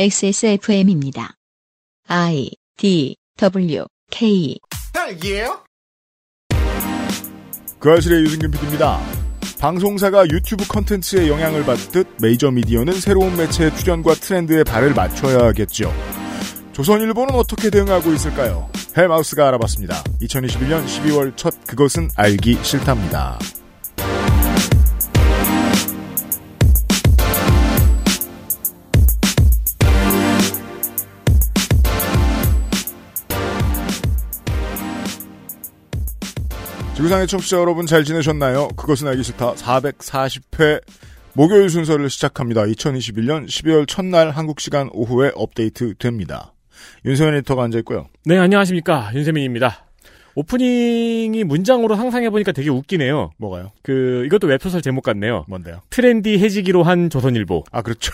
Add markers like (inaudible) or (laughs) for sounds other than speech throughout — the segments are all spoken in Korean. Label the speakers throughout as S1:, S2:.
S1: XSFM입니다. I D W K
S2: 딸기예요?
S3: 그아실의 유승균 PD입니다. 방송사가 유튜브 컨텐츠의 영향을 받듯 메이저 미디어는 새로운 매체의 출현과 트렌드에 발을 맞춰야 하겠죠. 조선일보는 어떻게 대응하고 있을까요? 헬마우스가 알아봤습니다. 2021년 12월 첫 그것은 알기 싫답니다. 지구상의 청취자 여러분 잘 지내셨나요? 그것은 알기 싫다 440회 목요일 순서를 시작합니다. 2021년 12월 첫날 한국 시간 오후에 업데이트 됩니다. 윤세현 에디터가 앉아있고요.
S4: 네, 안녕하십니까. 윤세민입니다. 오프닝이 문장으로 상상해보니까 되게 웃기네요.
S3: 뭐가요?
S4: 그, 이것도 웹소설 제목 같네요.
S3: 뭔데요?
S4: 트렌디 해지기로 한 조선일보.
S3: 아 그렇죠.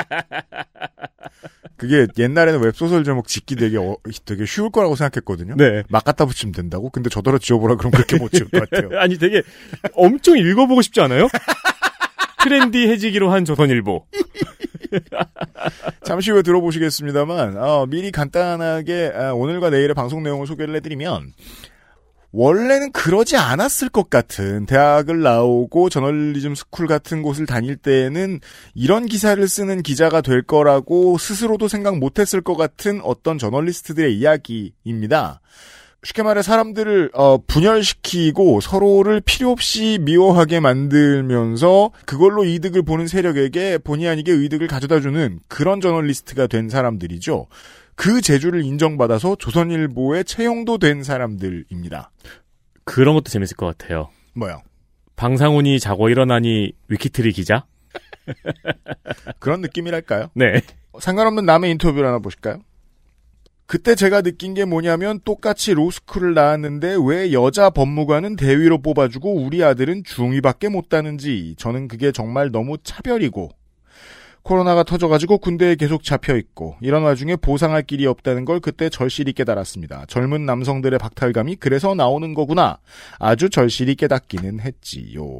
S3: (laughs) 그게 옛날에는 웹소설 제목 짓기 되게 어- 되게 쉬울 거라고 생각했거든요.
S4: 네.
S3: 막 갖다 붙이면 된다고? 근데 저더러 지워보라 그럼 그렇게 못 지울 것 같아요.
S4: (laughs) 아니, 되게 엄청 읽어보고 싶지 않아요? (laughs) 트렌디 해지기로 한 조선일보.
S3: 잠시 후에 들어보시겠습니다만 어, 미리 간단하게 아, 오늘과 내일의 방송 내용을 소개를 해드리면 원래는 그러지 않았을 것 같은 대학을 나오고 저널리즘 스쿨 같은 곳을 다닐 때에는 이런 기사를 쓰는 기자가 될 거라고 스스로도 생각 못했을 것 같은 어떤 저널리스트들의 이야기입니다. 쉽게 말해 사람들을 어, 분열시키고 서로를 필요 없이 미워하게 만들면서 그걸로 이득을 보는 세력에게 본의 아니게 이득을 가져다주는 그런 저널리스트가 된 사람들이죠. 그 재주를 인정받아서 조선일보에 채용도 된 사람들입니다.
S4: 그런 것도 재밌을 것 같아요.
S3: 뭐요?
S4: 방상훈이 자고 일어나니 위키트리 기자?
S3: 그런 느낌이랄까요?
S4: 네.
S3: 상관없는 남의 인터뷰를 하나 보실까요? 그때 제가 느낀 게 뭐냐면 똑같이 로스쿨을 나왔는데 왜 여자 법무관은 대위로 뽑아주고 우리 아들은 중위밖에 못 따는지 저는 그게 정말 너무 차별이고 코로나가 터져가지고 군대에 계속 잡혀있고 이런 와중에 보상할 길이 없다는 걸 그때 절실히 깨달았습니다. 젊은 남성들의 박탈감이 그래서 나오는 거구나. 아주 절실히 깨닫기는 했지요.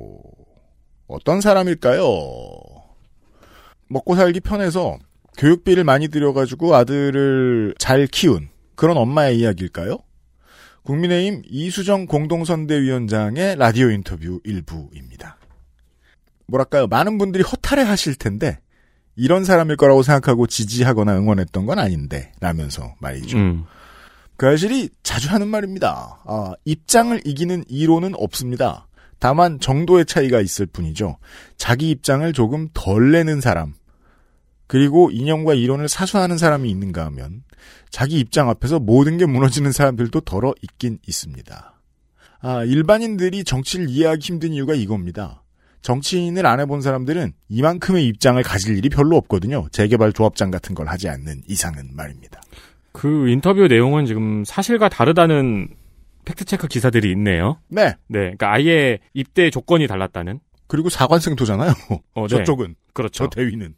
S3: 어떤 사람일까요? 먹고 살기 편해서 교육비를 많이 들여가지고 아들을 잘 키운 그런 엄마의 이야기일까요? 국민의힘 이수정 공동선대위원장의 라디오 인터뷰 일부입니다. 뭐랄까요? 많은 분들이 허탈해 하실 텐데, 이런 사람일 거라고 생각하고 지지하거나 응원했던 건 아닌데, 라면서 말이죠.
S4: (laughs) 음.
S3: 그 사실이 자주 하는 말입니다. 아, 입장을 이기는 이론은 없습니다. 다만 정도의 차이가 있을 뿐이죠. 자기 입장을 조금 덜 내는 사람, 그리고 이념과 이론을 사수하는 사람이 있는가 하면 자기 입장 앞에서 모든 게 무너지는 사람들도 덜어 있긴 있습니다. 아, 일반인들이 정치를 이해하기 힘든 이유가 이겁니다. 정치인을 안 해본 사람들은 이만큼의 입장을 가질 일이 별로 없거든요. 재개발 조합장 같은 걸 하지 않는 이상은 말입니다.
S4: 그 인터뷰 내용은 지금 사실과 다르다는 팩트체크 기사들이 있네요.
S3: 네.
S4: 네. 그니까 아예 입대 조건이 달랐다는?
S3: 그리고 사관생토잖아요.
S4: 어, 네.
S3: 저쪽은
S4: 그렇죠.
S3: 저 대위는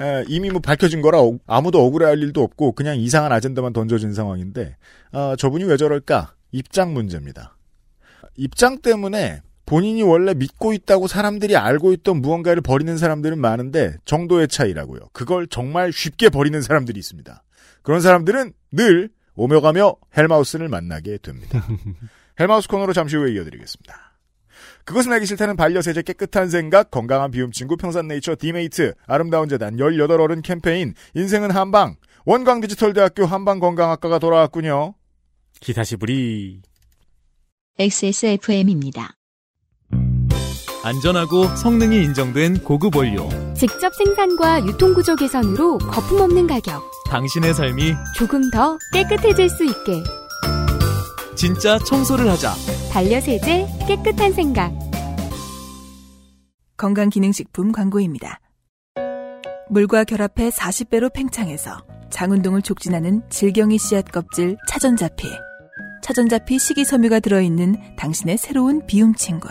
S3: 에, 이미 뭐 밝혀진 거라 어- 아무도 억울해할 일도 없고 그냥 이상한 아젠다만 던져진 상황인데 아, 저분이 왜 저럴까 입장 문제입니다. 입장 때문에 본인이 원래 믿고 있다고 사람들이 알고 있던 무언가를 버리는 사람들은 많은데 정도의 차이라고요. 그걸 정말 쉽게 버리는 사람들이 있습니다. 그런 사람들은 늘 오며 가며 헬마우스를 만나게
S4: (laughs)
S3: 됩니다. 헬마우스 코너로 잠시 후에 이어드리겠습니다. 그것은 알기 싫다는 반려세제 깨끗한 생각, 건강한 비움 친구 평산네이처 디메이트, 아름다운 재단 18어른 캠페인, 인생은 한방, 원광디지털대학교 한방건강학과가 돌아왔군요.
S4: 기사시부리.
S1: XSFM입니다.
S5: 안전하고 성능이 인정된 고급 원료.
S6: 직접 생산과 유통구조 개선으로 거품 없는 가격,
S5: 당신의 삶이
S6: 조금 더 깨끗해질 수 있게.
S5: 진짜 청소를 하자.
S6: 반려세제 깨끗한 생각.
S7: 건강기능식품 광고입니다. 물과 결합해 40배로 팽창해서 장운동을 촉진하는 질경이 씨앗 껍질 차전자피. 차전자피 식이섬유가 들어있는 당신의 새로운 비움 친구.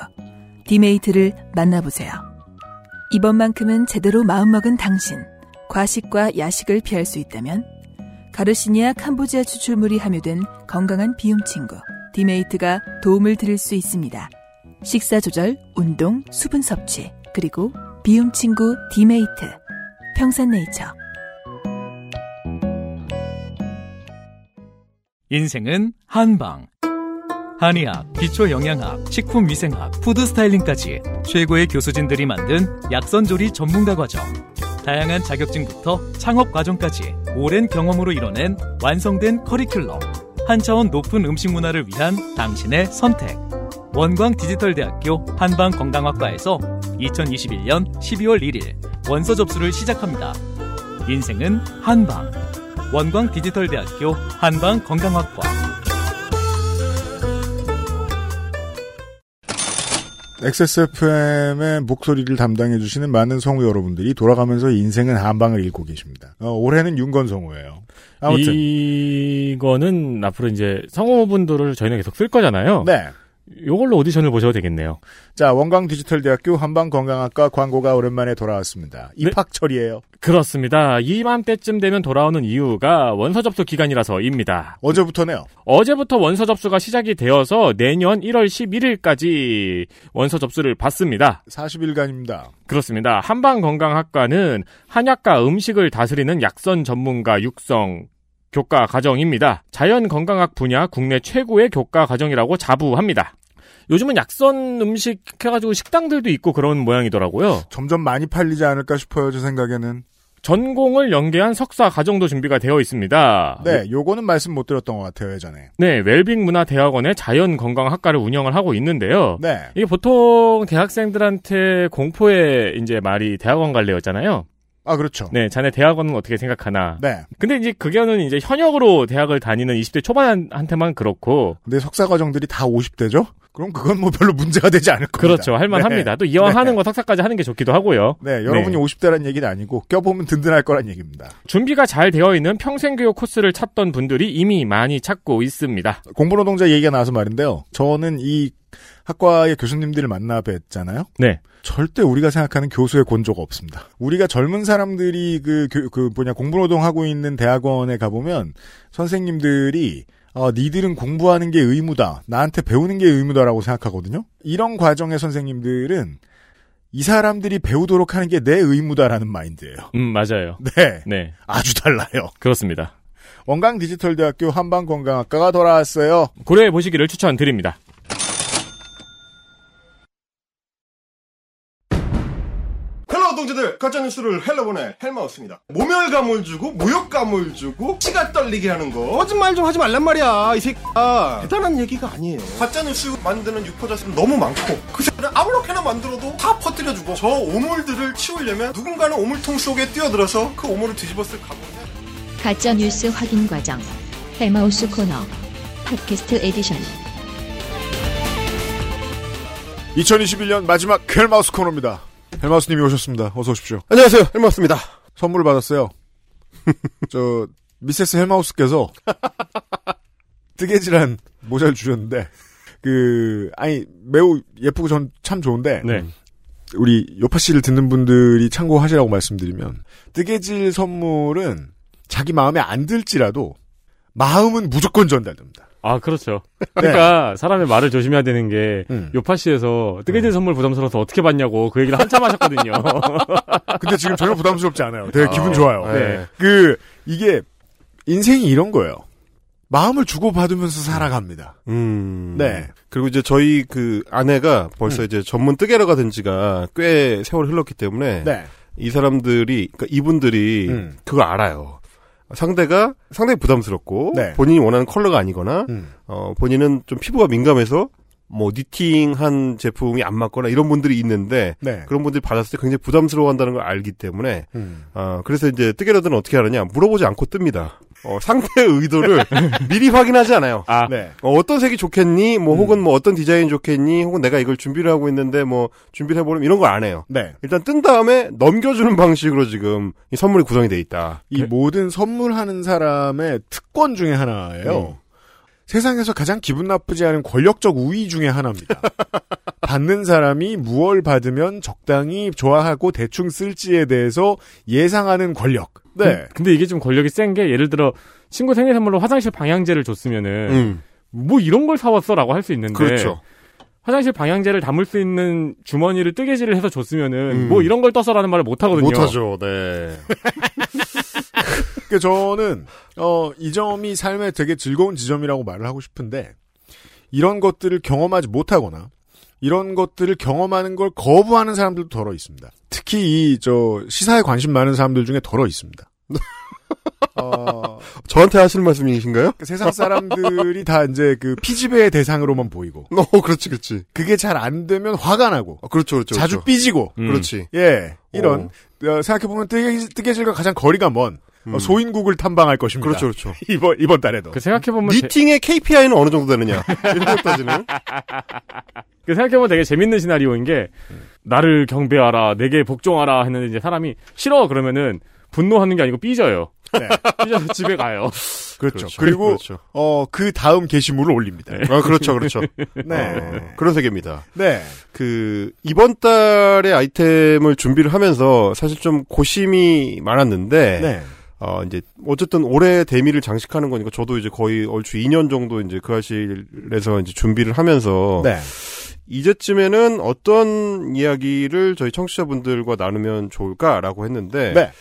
S7: 디메이트를 만나보세요. 이번만큼은 제대로 마음먹은 당신. 과식과 야식을 피할 수 있다면 가르시니아 캄보지아 추출물이 함유된 건강한 비움 친구 디메이트가 도움을 드릴 수 있습니다. 식사 조절, 운동, 수분 섭취, 그리고 비움 친구 디메이트. 평산네이처.
S5: 인생은 한방. 한의학, 기초영양학, 식품위생학, 푸드스타일링까지 최고의 교수진들이 만든 약선조리 전문가 과정. 다양한 자격증부터 창업 과정까지 오랜 경험으로 이뤄낸 완성된 커리큘럼. 한 차원 높은 음식 문화를 위한 당신의 선택. 원광 디지털대학교 한방건강학과에서 2021년 12월 1일 원서 접수를 시작합니다. 인생은 한방. 원광 디지털대학교 한방건강학과.
S3: XSFM의 목소리를 담당해주시는 많은 성우 여러분들이 돌아가면서 인생은 한방을 읽고 계십니다. 어, 올해는 윤건 성우예요. 아무튼
S4: 이거는 앞으로 이제 성우분들을 저희는 계속 쓸 거잖아요.
S3: 네.
S4: 요걸로 오디션을 보셔도 되겠네요.
S3: 자 원광 디지털대학교 한방건강학과 광고가 오랜만에 돌아왔습니다. 입학철이에요.
S4: 그렇습니다. 이맘때쯤 되면 돌아오는 이유가 원서 접수 기간이라서입니다.
S3: 어제부터네요.
S4: 어제부터 원서 접수가 시작이 되어서 내년 1월 11일까지 원서 접수를 받습니다.
S3: 40일간입니다.
S4: 그렇습니다. 한방건강학과는 한약과 음식을 다스리는 약선 전문가 육성 교과 과정입니다. 자연건강학 분야 국내 최고의 교과 과정이라고 자부합니다. 요즘은 약선 음식 해가지고 식당들도 있고 그런 모양이더라고요.
S3: 점점 많이 팔리지 않을까 싶어요. 제 생각에는.
S4: 전공을 연계한 석사 과정도 준비가 되어 있습니다.
S3: 네, 요거는 말씀 못 드렸던 것 같아요 예전에.
S4: 네, 웰빙 문화 대학원의 자연 건강 학과를 운영을 하고 있는데요.
S3: 네,
S4: 이게 보통 대학생들한테 공포의 이제 말이 대학원 갈래였잖아요.
S3: 아 그렇죠.
S4: 네, 자네 대학원은 어떻게 생각하나.
S3: 네.
S4: 근데 이제 그거는 이제 현역으로 대학을 다니는 20대 초반한테만 그렇고
S3: 근데 석사 과정들이 다 50대죠? 그럼 그건 뭐 별로 문제가 되지 않을 겁니다.
S4: 그렇죠. 할 만합니다. 또 이왕 하는 거 석사까지 하는 게 좋기도 하고요.
S3: 네, 여러분이
S4: 네.
S3: 50대란 얘기는 아니고 껴보면 든든할 거란 얘기입니다.
S4: 준비가 잘 되어 있는 평생교육 코스를 찾던 분들이 이미 많이 찾고 있습니다.
S3: 공부노동자 얘기가 나와서 말인데요. 저는 이 학과의 교수님들을 만나 뵀잖아요.
S4: 네.
S3: 절대 우리가 생각하는 교수의 곤조가 없습니다. 우리가 젊은 사람들이 그, 교- 그 뭐냐, 공부노동 하고 있는 대학원에 가보면 선생님들이 어, 니들은 공부하는 게 의무다. 나한테 배우는 게 의무다라고 생각하거든요. 이런 과정의 선생님들은 이 사람들이 배우도록 하는 게 내 의무다라는 마인드예요. (laughs)
S4: 음, 맞아요.
S3: 네.
S4: 네,
S3: 아주 달라요.
S4: 그렇습니다.
S3: 원광 디지털대학교 한방건강학과가 돌아왔어요.
S4: 고려해 보시기를 추천드립니다.
S8: 헬로 동지들 가짜뉴스를 헬로보네 헬마우스입니다 모멸감을 주고 모욕감을 주고 치가 떨리게 하는 거 거짓말 좀 하지 말란 말이야 이 새끼야 대단한 얘기가 아니에요 가짜뉴스 만드는 유포자수는 너무 많고 그 새끼는 아무렇게나 만들어도 다 퍼뜨려주고 저 오물들을 치우려면 누군가는 오물통 속에 뛰어들어서 그 오물을 뒤집었을 각오를 해야
S1: 가짜 뉴스 확인 과정 헬마우스 코너 팟캐스트 에디션
S3: 2021년 마지막 헬마우스 코너입니다. 헬마우스님이 오셨습니다. 어서 오십시오.
S8: 안녕하세요 헬마우스입니다
S3: 선물 받았어요. (laughs) 저 미세스 헬마우스께서 (laughs) 뜨개질한 모자를 주셨는데 그 아니 매우 예쁘고 전 참 좋은데
S4: 네.
S3: 우리 요파 씨를 듣는 분들이 참고하시라고 말씀드리면 뜨개질 선물은 자기 마음에 안 들지라도 마음은 무조건 전달됩니다.
S4: 아, 그렇죠. 그러니까 사람의 말을 조심해야 되는 게
S3: 네. 음.
S4: 요파 씨에서 뜨개질 선물 부담스러워서 어떻게 받냐고 그 얘기를 한참 하셨거든요.
S3: 근데 지금 전혀 부담스럽지 않아요. 되게 기분
S4: 아,
S3: 좋아요.
S4: 네.
S3: 그 이게 인생이 이런 거예요. 마음을 주고 받으면서 살아갑니다.
S8: 음.
S3: 네.
S8: 그리고 이제 저희 그 아내가
S3: 음.
S8: 벌써 이제 전문 뜨개러가 된 지가 꽤 세월이 흘렀기 때문에
S3: 네.
S8: 이 사람들이 그러니까 이분들이
S3: 음.
S8: 그거 알아요. 상대가 상당히 부담스럽고
S3: 네.
S8: 본인이 원하는 컬러가 아니거나
S3: 음.
S8: 어 본인은 좀 피부가 민감해서 뭐 니팅한 제품이 안 맞거나 이런 분들이 있는데
S3: 네.
S8: 그런 분들이 받았을 때 굉장히 부담스러워한다는 걸 알기 때문에
S3: 음.
S8: 어 그래서 이제 뜨개러들은 어떻게 하느냐 물어보지 않고 뜹니다. 어
S3: (laughs)
S8: 상대의 의도를 미리 확인하지 않아요.
S4: 아,
S3: 네.
S8: 어, 어떤 색이 좋겠니? 뭐
S3: 음.
S8: 혹은 뭐 어떤 디자인 좋겠니? 혹은 내가 이걸 준비를 하고 있는데 뭐 준비를 해보려면 이런 걸 안 해요.
S3: 네.
S8: 일단 뜬 다음에 넘겨주는 방식으로 지금 이 선물이 구성이 돼 있다.
S3: 이 모든 선물하는 사람의 특권 중에 하나예요. 세상에서 가장 기분 나쁘지 않은 권력적 우위 중에 (laughs) 하나입니다. 받는 사람이 무얼 받으면 적당히 좋아하고 대충 쓸지에 대해서 예상하는 권력. (laughs) 네.
S4: 근데 이게 좀 권력이 센 게 예를 들어 친구 생일 선물로 화장실 방향제를 줬으면은
S8: 음,
S4: 뭐 이런 걸 사왔어라고 할 수 있는데 화장실 방향제를 담을 수 있는 주머니를 뜨개질을 해서 줬으면은
S8: 음.
S3: 네.
S4: 뭐 이런 걸 떠서라는 말을 못 하거든요.
S8: 못하죠. 네.
S3: 그 저는 어, 이 점이 삶의 되게 즐거운 지점이라고 말을 하고 싶은데 이런 것들을 경험하지 못하거나 이런 것들을 경험하는 걸 거부하는 사람들도 덜어 있습니다. 특히 이 저 시사에 관심 많은 사람들 중에 덜어 있습니다.
S8: (laughs)
S3: 어,
S8: (laughs) 저한테 하시는 말씀이신가요? (laughs)
S3: 그 세상 사람들이 다 이제 그 피지배의 대상으로만 보이고
S8: 어, 그렇지, 그렇지.
S3: 그게 잘 안 되면 화가 나고
S8: 어, 그렇죠, 그렇죠.
S3: 자주
S8: 그렇죠.
S3: 삐지고
S4: 음.
S8: 그렇지.
S3: (laughs) 예 이런
S8: 오.
S3: 어, 생각해보면 뜨개질, 뜨개질과 가장 거리가 먼 어,
S8: 음.
S3: 소인국을 탐방할 것입니다.
S8: 그렇죠, 그렇죠.
S3: (laughs) 이번 이번 달에도
S4: 그 생각해보면 제-
S8: 니팅의 KPI는 어느 정도 되느냐. (laughs) 이런 것 따지는.
S4: 그 생각해보면 되게 재밌는 시나리오인 게 나를 경배하라 내게 복종하라 했는데 이제 사람이 싫어 그러면은 분노하는 게 아니고 삐져요.
S3: 네.
S4: 삐져서 (laughs) 집에 가요.
S3: 그렇죠. 그리고
S8: (laughs) 그렇죠.
S3: 어, 그 다음 게시물을 올립니다.
S8: 아, 그렇죠, 그렇죠.
S3: 네.
S8: 어, 그런 세계입니다.
S3: 네.
S8: 그 이번 달에 아이템을 준비를 하면서 사실 좀 고심이 많았는데
S3: 네.
S8: 어 이제 어쨌든 올해 데미를 장식하는 거니까 저도 이제 거의 얼추 2년 정도 이제 그 아실에서 이제 준비를 하면서
S3: 네.
S8: 이제쯤에는 어떤 이야기를 저희 청취자분들과 나누면 좋을까라고 했는데
S3: 네.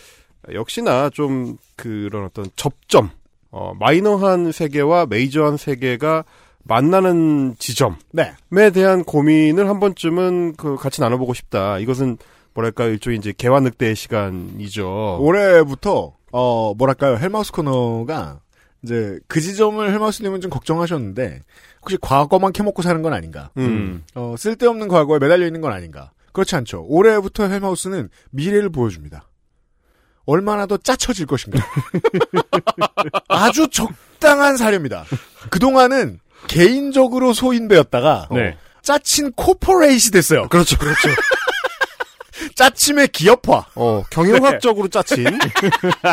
S8: 역시나 좀 그런 어떤 접점 어 마이너한 세계와 메이저한 세계가 만나는 지점
S3: 네.
S8: 에 대한 고민을 한 번쯤은 그 같이 나눠보고 싶다. 이것은 뭐랄까 일종의 이제 개화 늑대의 시간이죠.
S3: 올해부터 어, 뭐랄까요? 헬마우스 코너가 이제 그 지점을 헬마우스 님은 좀 걱정하셨는데 혹시 과거만 캐먹고 사는 건 아닌가?
S8: 음.
S3: 어, 쓸데없는 과거에 매달려 있는 건 아닌가? 그렇지 않죠. 올해부터 헬마우스는 미래를 보여줍니다. 얼마나 더 짜쳐질 것인가. (laughs) 아주 적당한 사례입니다. 그동안은 개인적으로 소인배였다가
S4: 네.
S3: 짜친 코퍼레이시 됐어요.
S8: 그렇죠, 그렇죠.
S3: 짜침의 네. 기업화.
S8: 어, 경영학적으로 짜친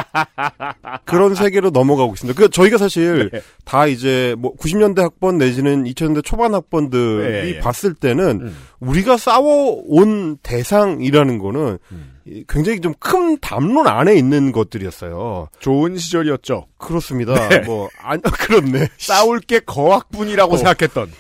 S8: (laughs) 그런 세계로 넘어가고 있습니다. 그 저희가 사실
S3: 네.
S8: 다 이제 뭐 90년대 학번 내지는 2000년대 초반 학번들이
S3: 예, 예.
S8: 봤을 때는
S3: 음.
S8: 우리가 싸워온 대상이라는 거는
S3: 음.
S8: 이- 굉장히 좀 큰 담론 안에 있는 것들이었어요.
S3: 좋은 시절이었죠.
S8: 그렇습니다.
S3: 네.
S8: 뭐 안, (laughs) 그렇네.
S3: 싸울 게 거학뿐이라고
S8: 어.
S3: 생각했던.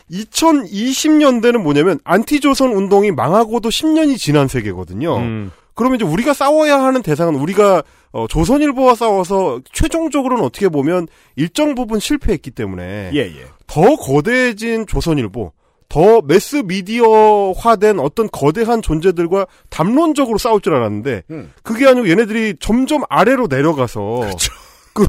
S8: 2020년대는 뭐냐면 안티조선 운동이 망하고도 10년이 지난 세계거든요.
S4: 음.
S8: 그러면 이제 우리가 싸워야 하는 대상은 우리가 어, 조선일보와 싸워서 최종적으로는 어떻게 보면 일정 부분 실패했기 때문에
S3: 예, 예.
S8: 더 거대해진 조선일보, 더 매스 미디어화된 어떤 거대한 존재들과 담론적으로 싸울 줄 알았는데
S3: 음.
S8: 그게 아니고 얘네들이 점점 아래로 내려가서
S3: 그렇죠.
S8: 그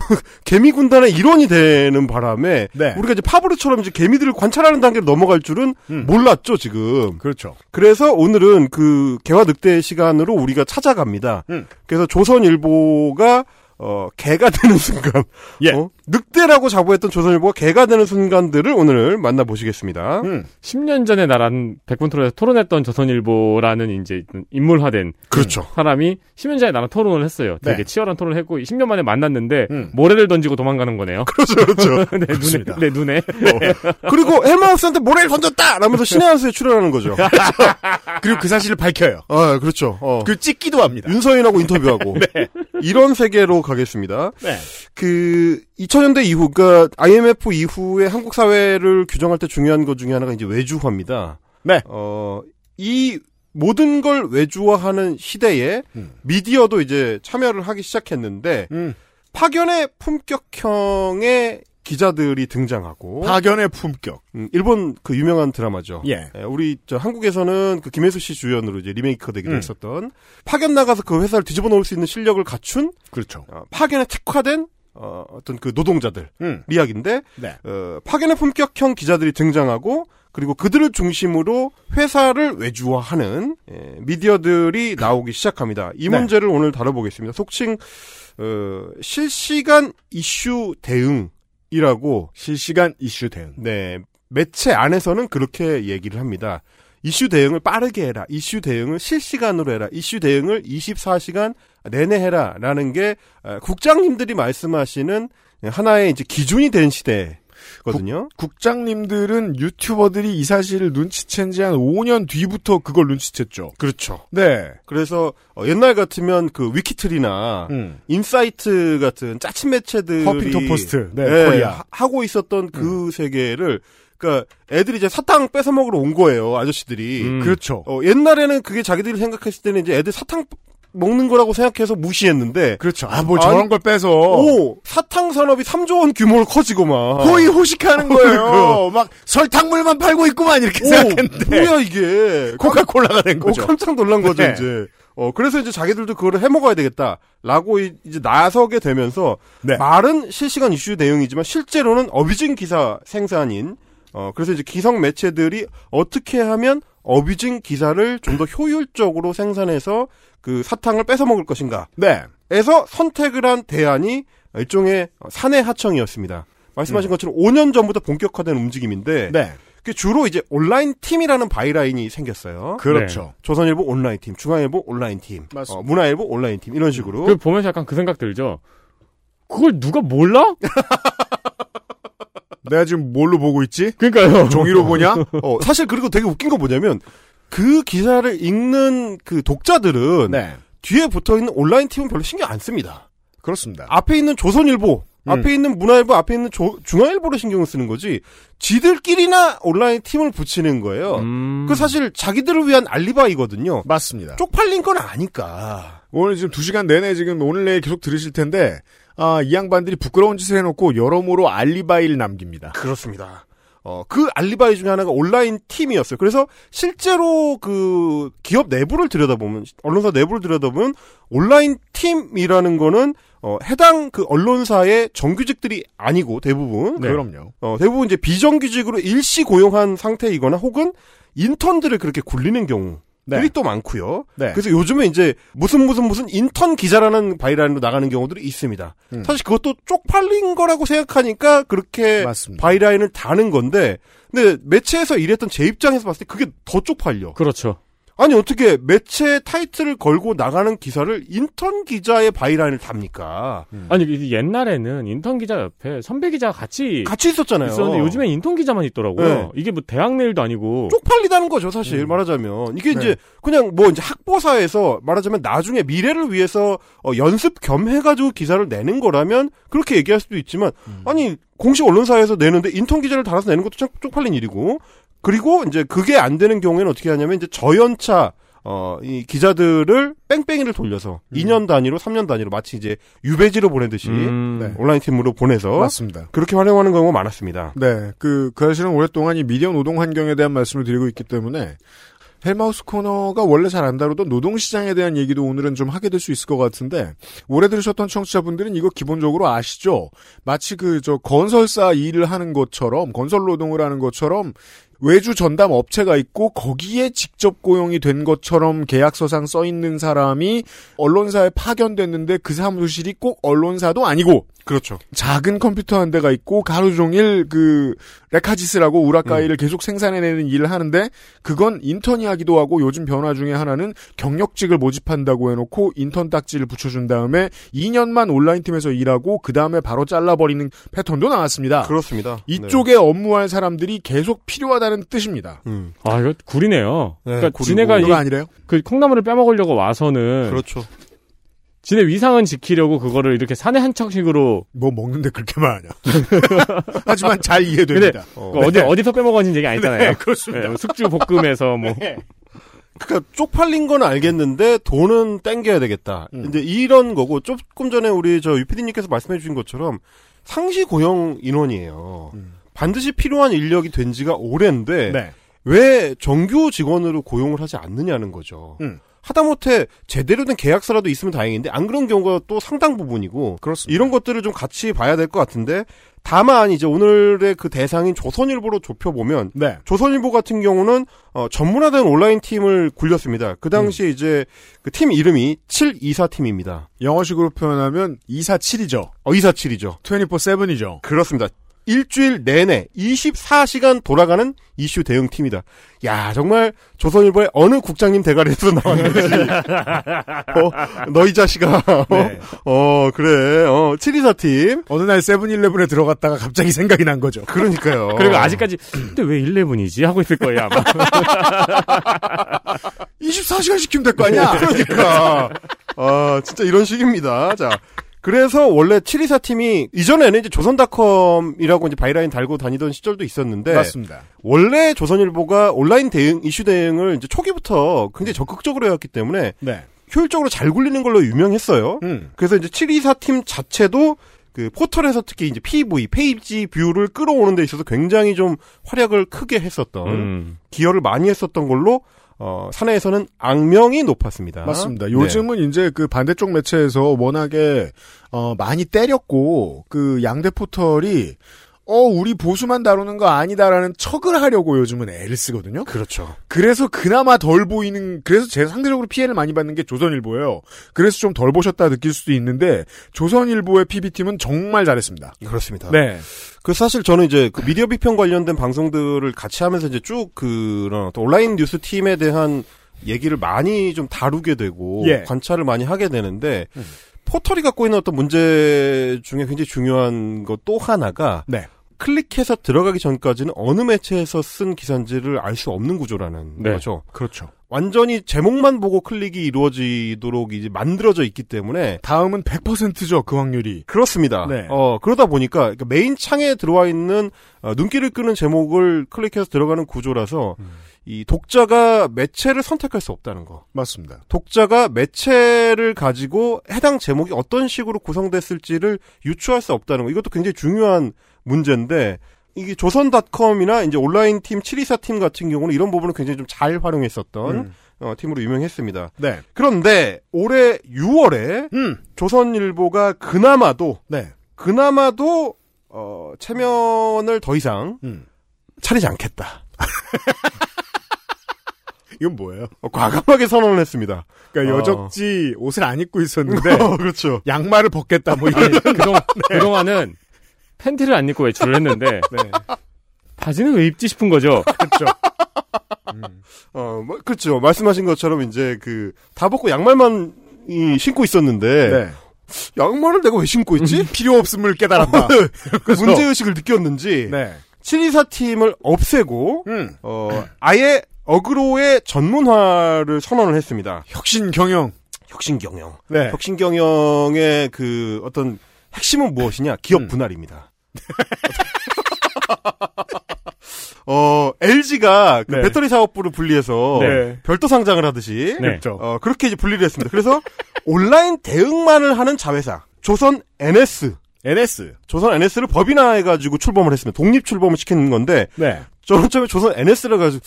S8: 개미 군단의 일원이 되는 바람에
S3: 네.
S8: 우리가 이제 파브르처럼 이제 개미들을 관찰하는 단계로 넘어갈 줄은
S3: 음.
S8: 몰랐죠 지금.
S3: 그렇죠.
S8: 그래서 오늘은 그 개화 늑대 시간으로 우리가 찾아갑니다.
S3: 음.
S8: 그래서 조선일보가 어 개가 되는 순간,
S3: 예.
S8: 어, 늑대라고 자부했던 조선일보가 개가 되는 순간들을 오늘 만나보시겠습니다.
S3: 음.
S4: 10년 전에 나란 백분토론에서 토론했던 조선일보라는 이제 인물화된
S8: 그렇죠.
S3: 음.
S4: 사람이 10년 전에 나랑 토론을 했어요. 되게
S3: 네.
S4: 치열한 토론을 했고 10년 만에 만났는데
S3: 음.
S4: 모래를 던지고 도망가는 거네요.
S8: 그렇죠, (laughs) 그렇죠.
S4: 내 눈에
S3: 그렇습니다.
S4: 내 눈에
S8: 그리고 헬마우스한테 모래를 던졌다! 라면서 신의 한수에
S3: (laughs)
S8: 출연하는 거죠.
S3: 그리고 그 사실을 밝혀요.
S8: 아, 그렇죠. 어.
S3: 그 찍기도 합니다. (laughs)
S8: 윤서인하고 인터뷰하고. 이런 세계로 가겠습니다.
S3: 네.
S8: 그 2000년대 이후 그러니까 IMF 이후에 한국 사회를 규정할 때 중요한 것 중에 하나가 이제 외주화입니다.
S3: 네.
S8: 어, 이 모든 걸 외주화하는 시대에
S3: 음.
S8: 미디어도 이제 참여를 하기 시작했는데
S3: 음.
S8: 파견의 품격형의 기자들이 등장하고
S3: 파견의 품격.
S8: 음, 일본 그 유명한 드라마죠.
S3: 예.
S8: 예, 우리 저 한국에서는 그 김혜수 씨 주연으로 이제 리메이크 되기도
S3: 음.
S8: 했었던 파견 나가서 그 회사를 뒤집어 놓을 수 있는 실력을 갖춘
S3: 그렇죠.
S8: 어, 파견에 특화된 어, 어떤 그 노동자들
S3: 음.
S8: 이야기인데
S3: 네.
S8: 어, 파견의 품격형 기자들이 등장하고 그리고 그들을 중심으로 회사를 외주화하는 예, 미디어들이 나오기 시작합니다. 이
S3: 네.
S8: 문제를 오늘 다뤄보겠습니다. 속칭 어, 실시간 이슈 대응이라고
S3: 실시간 이슈 대응.
S8: 네 매체 안에서는 그렇게 얘기를 합니다. 이슈 대응을 빠르게 해라. 이슈 대응을 실시간으로 해라. 이슈 대응을 24시간 내내 해라라는 게 어, 국장님들이 말씀하시는 하나의 이제 기준이 된 시대거든요.
S3: 국장님들은 유튜버들이 이 사실을 눈치챈 지 한 5년 뒤부터 그걸 눈치챘죠. 그렇죠. 네.
S8: 그래서 어, 옛날 같으면 그 위키트리나
S3: 음.
S8: 인사이트 같은 짜친 매체들이
S3: 허핑턴 포스트. 네.
S8: 예,
S3: 코리아.
S8: 하- 하고 있었던 그
S3: 음.
S8: 세계를 그러니까 애들이 이제 사탕 뺏어 먹으러 온 거예요 아저씨들이
S4: 음.
S3: 그렇죠.
S8: 어, 옛날에는 그게 자기들이 생각했을 때는 이제 애들 사탕 먹는 거라고 생각해서 무시했는데
S3: 그렇죠. 아, 뭘
S8: 아니-
S3: 저런 걸 빼서.
S8: 오 사탕 산업이 3조 원 규모로 커지고 막
S3: 거의 (laughs) 호식하는 거예요.
S8: 그러니까.
S3: 막 설탕물만 팔고 있구만 이렇게
S8: 오,
S3: 생각했는데
S8: 뭐야 이게
S3: 코카콜라가 된
S8: 어,
S3: 거죠.
S8: 깜짝 놀란 거죠,
S3: 네.
S8: 이제. 어, 그래서 이제 자기들도 그거를 해먹어야 되겠다라고 이- 이제 나서게 되면서
S3: 네.
S8: 말은 실시간 이슈 내용이지만 실제로는 어뷰징 기사 생산인 어, 그래서 이제 기성 매체들이 어떻게 하면 어뷰징 기사를 좀 더 효율적으로 생산해서 그 사탕을 뺏어 먹을 것인가
S3: 네.
S8: 에서 선택을 한 대안이 일종의 사내 하청이었습니다. 말씀하신 것처럼 5년 전부터 본격화된 움직임인데
S3: 음. 네.
S8: 그게 주로 이제 온라인 팀이라는 바이라인이 생겼어요. 네.
S3: 그렇죠.
S8: 조선일보 온라인 팀, 중앙일보 온라인 팀,
S3: 맞습니다.
S8: 어, 문화일보 온라인 팀 이런 식으로.
S4: 그 보면서 약간 그 생각 들죠. 그걸 누가 몰라?
S3: 내가 지금 뭘로 보고 있지? (laughs)
S4: 그러니까요.
S3: 종이로
S8: (laughs)
S3: 보냐?
S8: 어, 사실 그리고 되게 웃긴 건 뭐냐면 그 기사를 읽는 그 독자들은
S3: 네.
S8: 뒤에 붙어 있는 온라인 팀은 별로 신경 안 씁니다.
S3: 그렇습니다.
S8: 앞에 있는 조선일보,
S3: 음.
S8: 앞에 있는 문화일보, 앞에 있는 조- 중앙일보를 신경을 쓰는 거지. 지들끼리나 온라인 팀을 붙이는 거예요.
S4: 음.
S8: 그 사실 자기들을 위한 알리바이거든요.
S3: 맞습니다.
S8: 쪽팔린 건 아니까.
S3: 오늘 지금 두 시간 내내 지금 오늘 내일 계속 들으실 텐데 아, 이 양반들이 부끄러운 짓을 해놓고 여러모로 알리바이를 남깁니다.
S8: 그렇습니다. 어, 그 알리바이 중에 하나가 온라인 팀이었어요. 그래서 실제로 그 기업 내부를 들여다보면, 언론사 내부를 들여다보면 온라인 팀이라는 거는 어, 해당 그 언론사의 정규직들이 아니고 대부분.
S3: 그럼요.
S8: 어, 대부분 이제 비정규직으로 일시 고용한 상태이거나 혹은 인턴들을 그렇게 굴리는 경우. 들이
S3: 네.
S8: 또 많고요.
S3: 네.
S8: 그래서 요즘에 이제 무슨 무슨 무슨 인턴 기자라는 바이라인으로 나가는 경우들이 있습니다.
S3: 음.
S8: 사실 그것도 쪽팔린 거라고 생각하니까 그렇게
S3: 맞습니다.
S8: 바이라인을 다는 건데, 근데 매체에서 일했던 제 입장에서 봤을 때 그게 더 쪽팔려.
S4: 그렇죠.
S8: 아니 어떻게 매체 타이틀을 걸고 나가는 기사를 인턴 기자의 바이라인을 답니까?
S4: 아니 이 옛날에는 인턴 기자 옆에 선배 기자 같이
S8: 같이 있었잖아요.
S4: 있었는데 요즘엔 인턴 기자만 있더라고요.
S8: 네.
S4: 이게 뭐 대학 내일도 아니고
S8: 어. 쪽팔리다는 거죠, 사실 말하자면 이게 이제 그냥 뭐 이제 학보사에서 말하자면 나중에 미래를 위해서 어, 연습 겸 해가지고 기사를 내는 거라면 그렇게 얘기할 수도 있지만 아니 공식 언론사에서 내는데 인턴 기자를 달아서 내는 것도 참 쪽팔린 일이고 그리고 이제 그게 안 되는 경우에는 어떻게 하냐면 이제 저연차 어, 이 기자들을 뺑뺑이를 돌려서 2년 단위로 3년 단위로 마치 이제 유배지로 보내듯이
S4: 음.
S3: 네.
S8: 온라인 팀으로 보내서
S3: 맞습니다.
S8: 그렇게 활용하는 경우가 많았습니다.
S3: 네, 그, 그 사실은 오랫동안 이 미디어 노동 환경에 대한 말씀을 드리고 있기 때문에 헬마우스 코너가 원래 잘 안 다루던 노동 시장에 대한 얘기도 오늘은 좀 하게 될 수 있을 것 같은데 오래 들으셨던 청취자분들은 이거 기본적으로 아시죠? 마치 그 저 건설사 일을 하는 것처럼 건설 노동을 하는 것처럼 외주 전담 업체가 있고 거기에 직접 고용이 된 것처럼 계약서상 써 있는 사람이 언론사에 파견됐는데 그 사무실이 꼭 언론사도 아니고
S8: 그렇죠.
S3: 작은 컴퓨터 한 대가 있고 가루 종일 그 레카지스라고
S8: 음.
S3: 우라카이를 계속 생산해내는 일을 하는데 그건 인턴이 하기도 하고 요즘 변화 중에 하나는 경력직을 모집한다고 해놓고 인턴 딱지를 붙여준 다음에 2년만 온라인 팀에서 일하고 그 다음에 바로 잘라버리는 패턴도 나왔습니다.
S8: 그렇습니다. 네.
S3: 이쪽에 업무할 사람들이 계속 필요하다는 뜻입니다.
S8: 음.
S4: 아 이거 구리네요.
S8: 네,
S4: 그러니까
S8: 구리고.
S4: 지네가
S3: 이거
S4: 이,
S3: 아니래요?
S4: 그 콩나물을 빼먹으려고 와서는
S8: 그렇죠.
S4: 지네 위상은 지키려고 그거를 이렇게 사내 한척식으로
S3: 뭐 먹는데 그렇게 말하냐. 하지만 잘 이해됩니다.
S8: 어.
S4: 그러니까 어디 어디서 빼먹었는지 얘기 아니잖아요.
S3: 네, 그렇습니다.
S4: 네, 뭐 숙주 볶음에서
S8: (laughs)
S4: 뭐
S3: 예.
S8: 그러니까 쪽팔린 건 알겠는데 돈은 땡겨야 되겠다.
S3: 음.
S8: 이제 이런 거고 조금 전에 우리 저 유피디님께서 말씀해 주신 것처럼 상시 고용 인원이에요.
S3: 음.
S8: 반드시 필요한 인력이 된 지가 오랜데
S3: 네.
S8: 왜 정규 직원으로 고용을 하지 않느냐는 거죠.
S3: 음.
S8: 하다못해 제대로 된 계약서라도 있으면 다행인데 안 그런 경우가 또 상당 부분이고
S3: 그렇습니다.
S8: 이런 것들을 (laughs) 좀 같이 봐야 될 것 같은데 다만 이제 오늘의 그 대상인 조선일보로 좁혀 보면
S3: 네.
S8: 조선일보 같은 경우는 어, 전문화된 온라인 팀을 굴렸습니다. 그 당시
S3: 음.
S8: 에 이제 그 팀 이름이 724 팀입니다.
S3: 영어식으로 표현하면 247이죠.
S8: 어, 247이죠.
S3: 24-7이죠.
S8: 그렇습니다. 일주일 내내 24시간 돌아가는 이슈 대응 팀이다. 야 정말 조선일보의 어느 국장님 대가리에서
S3: (laughs)
S8: 나왔는지. 어, 너희 자식아. 어,
S3: 네.
S8: 어, 그래. 어, 724 팀.
S3: 어느 날 세븐일레븐에 들어갔다가 갑자기 생각이 난 거죠.
S8: 그러니까요.
S4: 그리고 아직까지 근데 왜 11이지 하고 있을 거예요 아마.
S3: 24시간 시키면 될 거 아니야?
S8: 그러니까. (laughs) 아, 진짜 이런 식입니다. 자. 그래서 원래 724 팀이 이전에는 이제 조선닷컴이라고 이제 바이라인 달고 다니던 시절도 있었는데
S3: 맞습니다.
S8: 원래 조선일보가 온라인 대응 이슈 대응을 이제 초기부터 굉장히 적극적으로 해왔기 때문에
S3: 네.
S8: 효율적으로 잘 굴리는 걸로 유명했어요.
S3: 음.
S8: 그래서 이제 724팀 자체도 그 포털에서 특히 이제 PV, 페이지 뷰를 끌어오는 데 있어서 굉장히 좀 활약을 크게 했었던,
S4: 음.
S8: 기여를 많이 했었던 걸로, 어, 사내에서는 악명이 높았습니다.
S3: 맞습니다.
S8: 네.
S3: 요즘은 이제 그 반대쪽 매체에서 워낙에 어 많이 때렸고 그 양대 포털이 어 우리 보수만 다루는 거 아니다라는 척을 하려고 요즘은 애를 쓰거든요.
S8: 그렇죠.
S3: 그래서 그나마 덜 보이는 그래서 제 상대적으로 피해를 많이 받는 게 조선일보예요. 그래서 좀 덜 보셨다 느낄 수도 있는데 조선일보의 PB팀은 정말 잘했습니다.
S8: 그렇습니다.
S3: 네.
S8: 그 사실 저는 이제 그 미디어 비평 관련된 방송들을 같이 하면서 이제 쭉 그런 어떤 온라인 뉴스 팀에 대한 얘기를 많이 좀 다루게 되고
S3: 예. 음.
S8: 관찰을 많이 하게 되는데 포털이 갖고 있는 어떤 문제 중에 굉장히 중요한 것 또 하나가
S3: 네.
S8: 클릭해서 들어가기 전까지는 어느 매체에서 쓴 기사인지를 알 수 없는 구조라는
S4: 네.
S8: 거죠.
S3: 그렇죠.
S8: 완전히 제목만 보고 클릭이 이루어지도록 이제 만들어져 있기 때문에
S3: 다음은 100%죠. 그 확률이.
S8: 그렇습니다.
S3: 네.
S8: 어, 그러다 보니까 그러니까 메인 창에 들어와 있는 어, 눈길을 끄는 제목을 클릭해서 들어가는 구조라서
S3: 음.
S8: 이 독자가 매체를 선택할 수 없다는 거.
S3: 맞습니다.
S8: 독자가 매체를 가지고 해당 제목이 어떤 식으로 구성됐을지를 유추할 수 없다는 거. 이것도 굉장히 중요한 문제인데 이게 조선닷컴이나 이제 온라인 팀 724팀 같은 경우는 이런 부분을 굉장히 좀 잘 활용했었던
S3: 음.
S8: 어, 팀으로 유명했습니다.
S3: 네.
S8: 그런데 올해 6월에
S3: 음.
S8: 조선일보가 그나마도
S3: 네.
S8: 그나마도 어, 체면을 더 이상
S3: 음.
S8: 차리지 않겠다.
S3: (laughs) 이건 뭐예요?
S8: 어, 과감하게 선언을 했습니다.
S3: 그러니까
S8: 어. (laughs)
S3: 여적지 옷을 안 입고 있었는데
S8: 어, 그렇죠.
S3: 양말을 벗겠다 뭐 이런.
S4: 아니,
S3: (laughs)
S4: 그동안, 그동안은 팬티를 안 입고 외출을 했는데
S3: 네.
S4: 바지는 왜 입지 싶은 거죠.
S3: 그렇죠.
S8: 어, 뭐, 그렇죠. 말씀하신 것처럼 이제 그 다 벗고 양말만 이, 신고 있었는데
S3: (laughs) 네.
S8: 양말을 내가 왜 신고 있지?
S3: 필요 없음을 깨달았다.
S8: 그 문제 의식을 느꼈는지
S3: 네.
S8: 724 팀을 없애고
S3: 음.
S8: 어, 아예 어그로의 전문화를 선언을 했습니다.
S3: 혁신 경영.
S8: 혁신 경영.
S3: 네.
S8: 혁신 경영의 그 어떤 핵심은 무엇이냐? 기업
S3: 음.
S8: 분할입니다. (laughs) 어, LG가
S3: 네.
S8: 배터리 사업부를 분리해서
S3: 네.
S8: 별도 상장을 하듯이
S4: 네.
S3: 그렇죠.
S8: 어, 그렇게 이제 분리를 했습니다. 그래서 온라인 대응만을 하는 자회사 조선 NS
S3: NS.
S8: 조선 NS를 법인화해 가지고 출범을 했습니다. 독립 출범을 시키는 건데
S3: 네.
S8: 저는 처음에 조선 NS를 가지고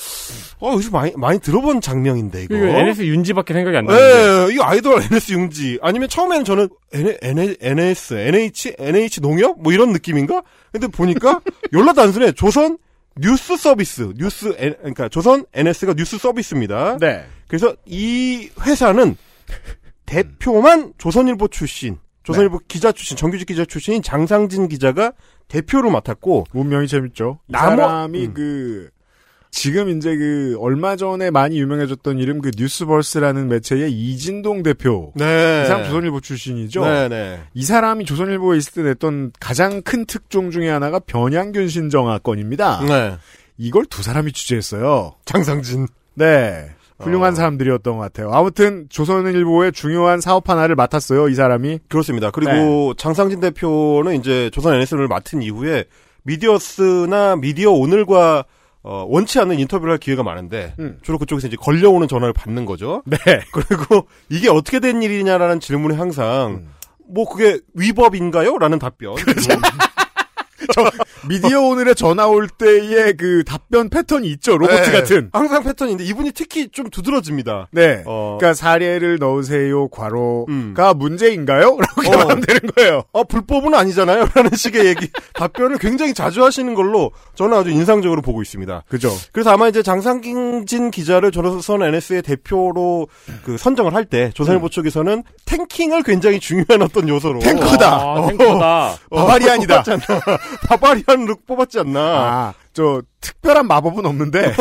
S8: 어, 이거 많이 많이 들어본 장면인데 이거.
S4: 이거 NS 윤지밖에 생각이 안 나는데.
S8: 예, 이 아이돌 NS 융지. 아니면 처음에는 저는 N, N, NS, NH, NH 농협? 뭐 이런 느낌인가? 근데 (laughs) 보니까 연락 단순해. 조선 뉴스 서비스. 뉴스, N- 그러니까 조선 NS가 뉴스 서비스입니다.
S3: 네.
S8: 그래서 이 회사는 대표만 조선일보 출신, 조선일보 기자 출신, 정규직 기자 출신인 장상진 기자가 대표로 맡았고,
S3: 운명이 재밌죠. 이
S8: 나머-
S3: 사람이
S8: 음.
S3: 그 지금 이제 그 얼마 전에 많이 유명해졌던 이름 그 뉴스버스라는 매체의 이진동 대표.
S8: 네.
S3: 이 사람 조선일보 출신이죠.
S8: 네네.
S3: 이 사람이 조선일보에 있을 때 냈던 가장 큰 특종 중에 하나가 변양균 신정아 건입니다.
S8: 네.
S3: 이걸 두 사람이 취재했어요.
S8: 장상진.
S3: 네. 훌륭한
S8: 어.
S3: 사람들이었던 것 같아요. 아무튼 조선일보의 중요한 사업 하나를 맡았어요. 이 사람이.
S8: 그렇습니다.
S3: 네.
S8: 그리고 장상진 대표는 이제 조선 NS를 맡은 이후에 미디어스나 미디어 오늘과 어, 원치 않는 인터뷰를 할 기회가 많은데
S3: 음.
S8: 주로 그쪽에서 이제 걸려오는 전화를 받는 거죠.
S3: 네.
S8: (laughs) 그리고 이게 어떻게 된 일이냐라는 질문에 항상
S3: 음. 그렇죠.
S8: 뭐 그게 위법인가요? 라는 답변. 음.
S3: 미디어
S8: (laughs)
S3: 오늘에 전화 올 때의 그 답변 패턴이 있죠. (laughs) 로봇
S8: 네.
S3: 같은.
S8: 항상 패턴인데 이분이 특히 좀 두드러집니다.
S3: 네.
S8: 어.
S3: 그러니까 사례를 넣으세요. 괄호가
S8: 음. 어.
S3: 문제인가요? (laughs) 라고 하면 되는 거예요.
S8: 아, 불법은 아니잖아요. (laughs) 라는 식의 얘기, 답변을 굉장히 자주 하시는 걸로 저는 아주 인상적으로 보고 있습니다.
S3: 그죠.
S8: 그래서 아마 이제 장상진 기자를 조선 NS의 대표로 그 선정을 할 때 조선일보 쪽에서는 탱킹을 굉장히 중요한 어떤 어. 요소로
S3: 탱커다. 어.
S4: 아, 탱커다.
S3: 바바리안이다.
S8: 바바리안을 뽑았지 않나.
S3: 아, 저 특별한 마법은 없는데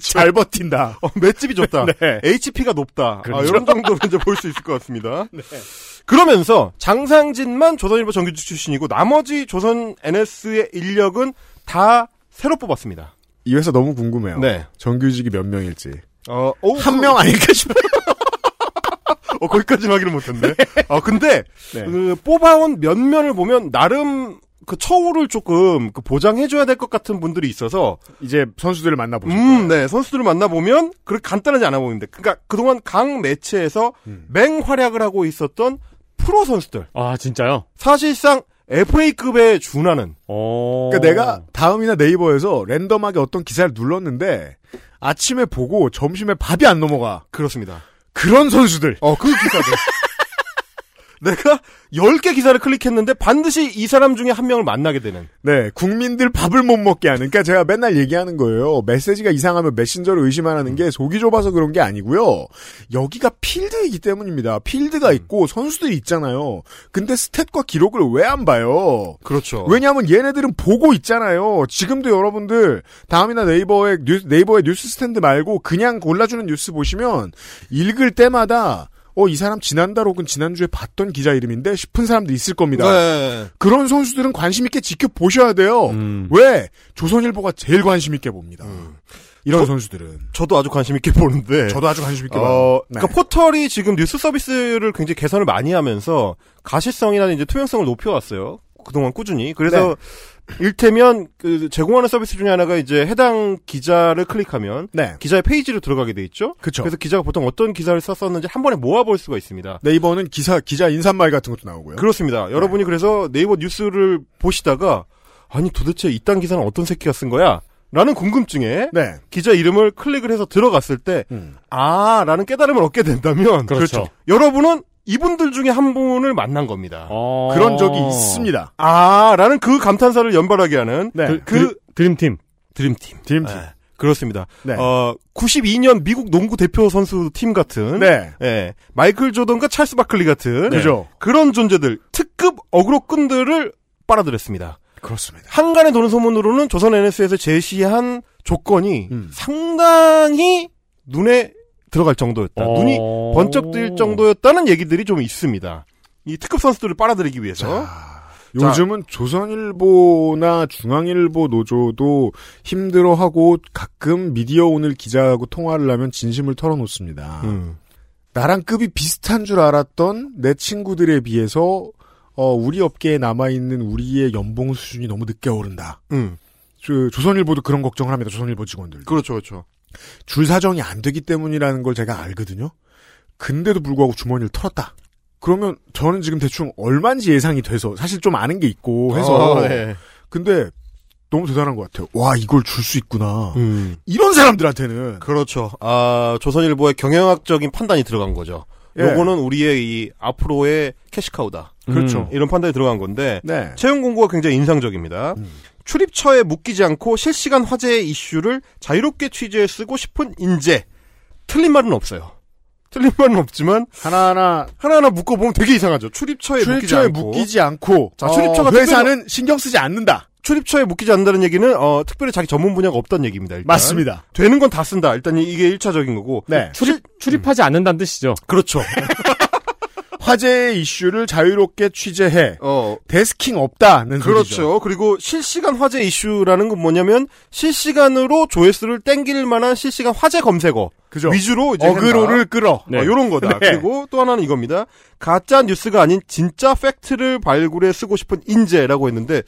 S3: 잘 버틴다.
S8: 그렇죠. 어, 맷집이 좋다.
S3: (laughs) 네.
S8: HP가 높다. 아,
S4: 그렇죠.
S8: 이런 정도로 이제 볼 수 있을 것 같습니다. 그러면서 장상진만 조선일보 정규직 출신이고 나머지 조선 NS의 인력은 다 새로 뽑았습니다.
S3: 이 회사 너무 궁금해요.
S8: 네.
S3: 정규직이 몇 명일지.
S8: 어, 오,
S3: 한 명 아닐까 싶어요.
S8: (laughs) 어, 거기까지 는 확인을 못했네. 아, 근데,
S3: 네.
S8: 그 뽑아온 면면을 보면, 나름, 그 처우를 조금 그 보장해줘야 될 것 같은 분들이 있어서
S3: 이제 선수들을 만나보죠.
S8: 음, 네 선수들을 만나보면 그렇게 간단하지 않아 보이는데 그러니까 그동안 각 매체에서 맹활약을 하고 있었던 프로 선수들
S4: 아, 진짜요?
S8: 사실상 FA급에 준하는
S4: 어.
S3: 그러니까 내가 다음이나 네이버에서 랜덤하게 어떤 기사를 눌렀는데 아침에 보고 점심에 밥이 안 넘어가.
S8: 그렇습니다.
S3: 그런 선수들.
S8: 어, 그 기사들. 내가 10개 기사를 클릭했는데 반드시 이 사람 중에 한 명을 만나게 되는.
S3: 네, 국민들 밥을 못 먹게 하는. 그러니까 제가 맨날 얘기하는 거예요. 메시지가 이상하면 메신저를 의심하라는 게 속이 좁아서 그런 게 아니고요. 여기가 필드이기 때문입니다. 필드가 있고 선수들이 있잖아요. 근데 스탯과 기록을 왜 안 봐요?
S8: 그렇죠.
S3: 왜냐하면 얘네들은 보고 있잖아요. 지금도 여러분들 다음이나 네이버의 뉴스, 네이버의 뉴스 스탠드 말고 그냥 골라주는 뉴스 보시면 읽을 때마다 어 이 사람 지난달 혹은 지난주에 봤던 기자 이름인데 싶은 사람도 있을 겁니다.
S8: 네.
S3: 그런 선수들은 관심 있게 지켜 보셔야 돼요.
S8: 음.
S3: 왜 조선일보가 제일 관심 있게 봅니다. 이런 선수들은
S8: 저도 아주 관심 있게 보는데.
S3: 저도 아주 관심 있게 봐요.
S8: 네.
S3: 네.
S8: 어, 그러니까 포털이 지금 뉴스 서비스를 굉장히 개선을 많이 하면서 가시성이나 이제 투명성을 높여왔어요. 그동안 꾸준히. 그래서
S3: 네.
S8: 일테면 그 제공하는 서비스 중에 하나가 이제 해당 기자를 클릭하면
S3: 네,
S8: 기자의 페이지로 들어가게 돼 있죠.
S3: 그렇죠.
S8: 그래서 기자가 보통 어떤 기사를 썼었는지 한 번에 모아볼 수가 있습니다.
S3: 네이버는 기사 기자 인사말 같은 것도 나오고요.
S8: 그렇습니다. 여러분이 그래서 네이버 뉴스를 보시다가 아니 도대체 이딴 기사는 어떤 새끼가 쓴 거야? 라는 궁금증에
S3: 네,
S8: 기자 이름을 클릭을 해서 들어갔을 때
S3: 음.
S8: 아, 라는 깨달음을 얻게 된다면
S4: 그렇죠.
S8: 여러분은 이분들 중에 한 분을 만난 겁니다.
S4: 어.
S3: 그런 적이 있습니다.
S8: 아, 라는 그 감탄사를 연발하게 하는
S3: 네.
S4: 그,
S8: 그-
S4: 그 드림팀.
S8: 드림팀.
S3: 드림팀.
S8: 예, 그렇습니다.
S3: 네.
S8: 어, 92년 미국 농구 대표 선수 팀 같은
S3: 네.
S8: 예, 마이클 조던과 찰스 바클리 같은
S3: 그죠.
S8: 그런 존재들 특급 어그로꾼들을 빨아들였습니다.
S3: 그렇습니다.
S8: 한간에 도는 소문으로는 조선 NS에서 제시한 조건이
S3: 음.
S8: 상당히 눈에 들어갈 정도였다.
S4: 어.
S8: 눈이 번쩍 뜰 정도였다는 얘기들이 좀 있습니다. 이 특급 선수들을 빨아들이기 위해서
S3: 요즘은 조선일보나 중앙일보 노조도 힘들어하고 가끔 미디어 오늘 기자하고 통화를 하면 진심을 털어놓습니다.
S8: 음.
S3: 나랑 급이 비슷한 줄 알았던 내 친구들에 비해서 어, 우리 업계에 남아있는 우리의 연봉 수준이 너무 늦게 오른다.
S8: 음.
S3: 저- 조선일보도 그런 걱정을 합니다. 조선일보 직원들.
S8: 그렇죠, 그렇죠.
S3: 줄 사정이 안 되기 때문이라는 걸 제가 알거든요. 근데도 불구하고 주머니를 털었다. 그러면 저는 지금 대충 얼마인지 예상이 돼서 사실 좀 아는 게 있고 해서
S8: 어, 네.
S3: 근데 너무 대단한 것 같아요. 와 이걸 줄 수 있구나.
S8: 음.
S3: 이런 사람들한테는
S8: 그렇죠. 아, 조선일보의 경영학적인 판단이 들어간 거죠.
S3: 예.
S8: 요거는 우리의 이 앞으로의 캐시카우다.
S3: 그렇죠.
S8: 이런 판단이 들어간 건데
S3: 네.
S8: 채용 공고가 굉장히 인상적입니다. 출입처에 묶이지 않고 실시간 화제의 이슈를 자유롭게 취재해 쓰고 싶은 인재. 틀린 말은 없어요. 틀린 말은 없지만
S3: 하나하나
S8: 하나하나 묶어 보면 되게 이상하죠. 출입처에, 묶이지
S3: 출입처에
S8: 않고
S3: 묶이지 않고
S8: 자, 출입처가
S3: 어, 회사는 신경 쓰지 않는다.
S8: 출입처에 묶이지 않는다는 얘기는 어, 특별히 자기 전문 분야가 없다는 얘기입니다. 일단.
S3: 맞습니다.
S8: 되는 건 다 쓴다. 일단 이게 1차적인 거고.
S3: 네.
S4: 출입, 출입하지 않는다는 뜻이죠.
S8: 그렇죠.
S3: 화제의 이슈를 자유롭게 취재해
S8: 어,
S3: 데스킹 없다는 소리죠.
S8: 그렇죠. 그리고 실시간 화제 이슈라는 건 뭐냐면 실시간으로 조회수를 땡길 만한 실시간 화제 검색어
S3: 그죠.
S8: 위주로 이제
S3: 어그로를 끌어.
S4: 네.
S8: 이런 거다.
S3: 네.
S8: 그리고 또 하나는 이겁니다. 가짜 뉴스가 아닌 진짜 팩트를 발굴해 쓰고 싶은 인재라고 했는데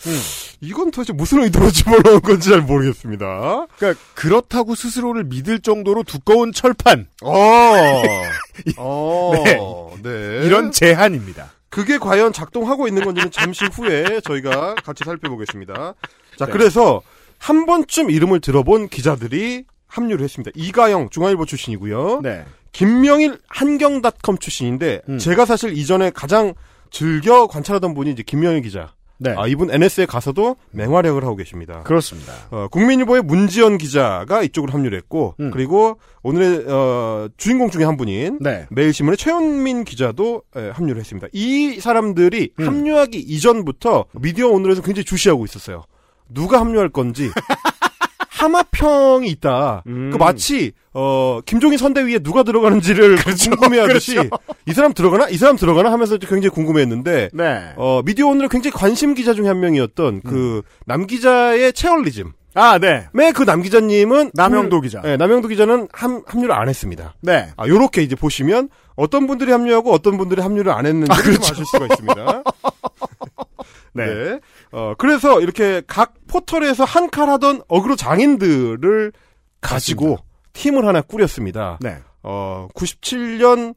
S8: 이건 도대체 무슨 의도로 집어넣은 건지 잘 모르겠습니다.
S3: 그러니까 그렇다고 스스로를 믿을 정도로 두꺼운 철판 (laughs)
S8: 어, 어, 네.
S3: 이런 제한입니다.
S8: 그게 과연 작동하고 있는 건지는 잠시 후에 저희가 같이 살펴보겠습니다. 자,
S3: 네.
S8: 그래서 한 번쯤 이름을 들어본 기자들이 합류를 했습니다. 이가영 중앙일보 출신이고요.
S3: 네.
S8: 김명일 한경닷컴 출신인데
S3: 음.
S8: 제가 사실 이전에 가장 즐겨 관찰하던 분이 이제 김명일 기자.
S3: 네.
S8: 아, 이분 NS에 가서도 맹활약을 하고 계십니다.
S3: 그렇습니다.
S8: 어, 국민일보의 문지연 기자가 이쪽으로 합류를 했고
S3: 음.
S8: 그리고 오늘의 어, 주인공 중에 한 분인
S3: 네.
S8: 매일신문의 최현민 기자도 에, 합류를 했습니다. 이 사람들이
S3: 음.
S8: 합류하기 이전부터 미디어 오늘에서 굉장히 주시하고 있었어요. 누가 합류할 건지
S3: (laughs)
S8: 하마평이 있다.
S3: 음.
S8: 그 마치 어 김종인 선대위에
S3: (laughs)
S8: 누가 들어가는지를
S3: 그렇죠.
S8: 궁금해하듯이 이 사람 들어가나 이 사람 들어가나 하면서 굉장히 궁금해했는데
S3: 네.
S8: 어 미디어 오늘의 굉장히 관심 기자 중에 한 명이었던
S3: 음.
S8: 그 남 기자의 체얼리즘의
S3: 아, 네.
S8: 그 남 기자님은
S3: 남영도 기자.
S8: 네, 남영도 기자는 함, 합류를 안 했습니다.
S3: 네.
S8: 아, 요렇게 이제 보시면 어떤 분들이 아, 그렇죠. (laughs) 합류하고 어떤 분들이 합류를 안 했는지 좀 아실 수가 있습니다.
S3: 네.
S8: 어, 그래서 이렇게 각 포털에서 한 칼 하던 어그로 장인들을 가지고 팀을 하나 꾸렸습니다.
S3: 네.
S8: 어, 97년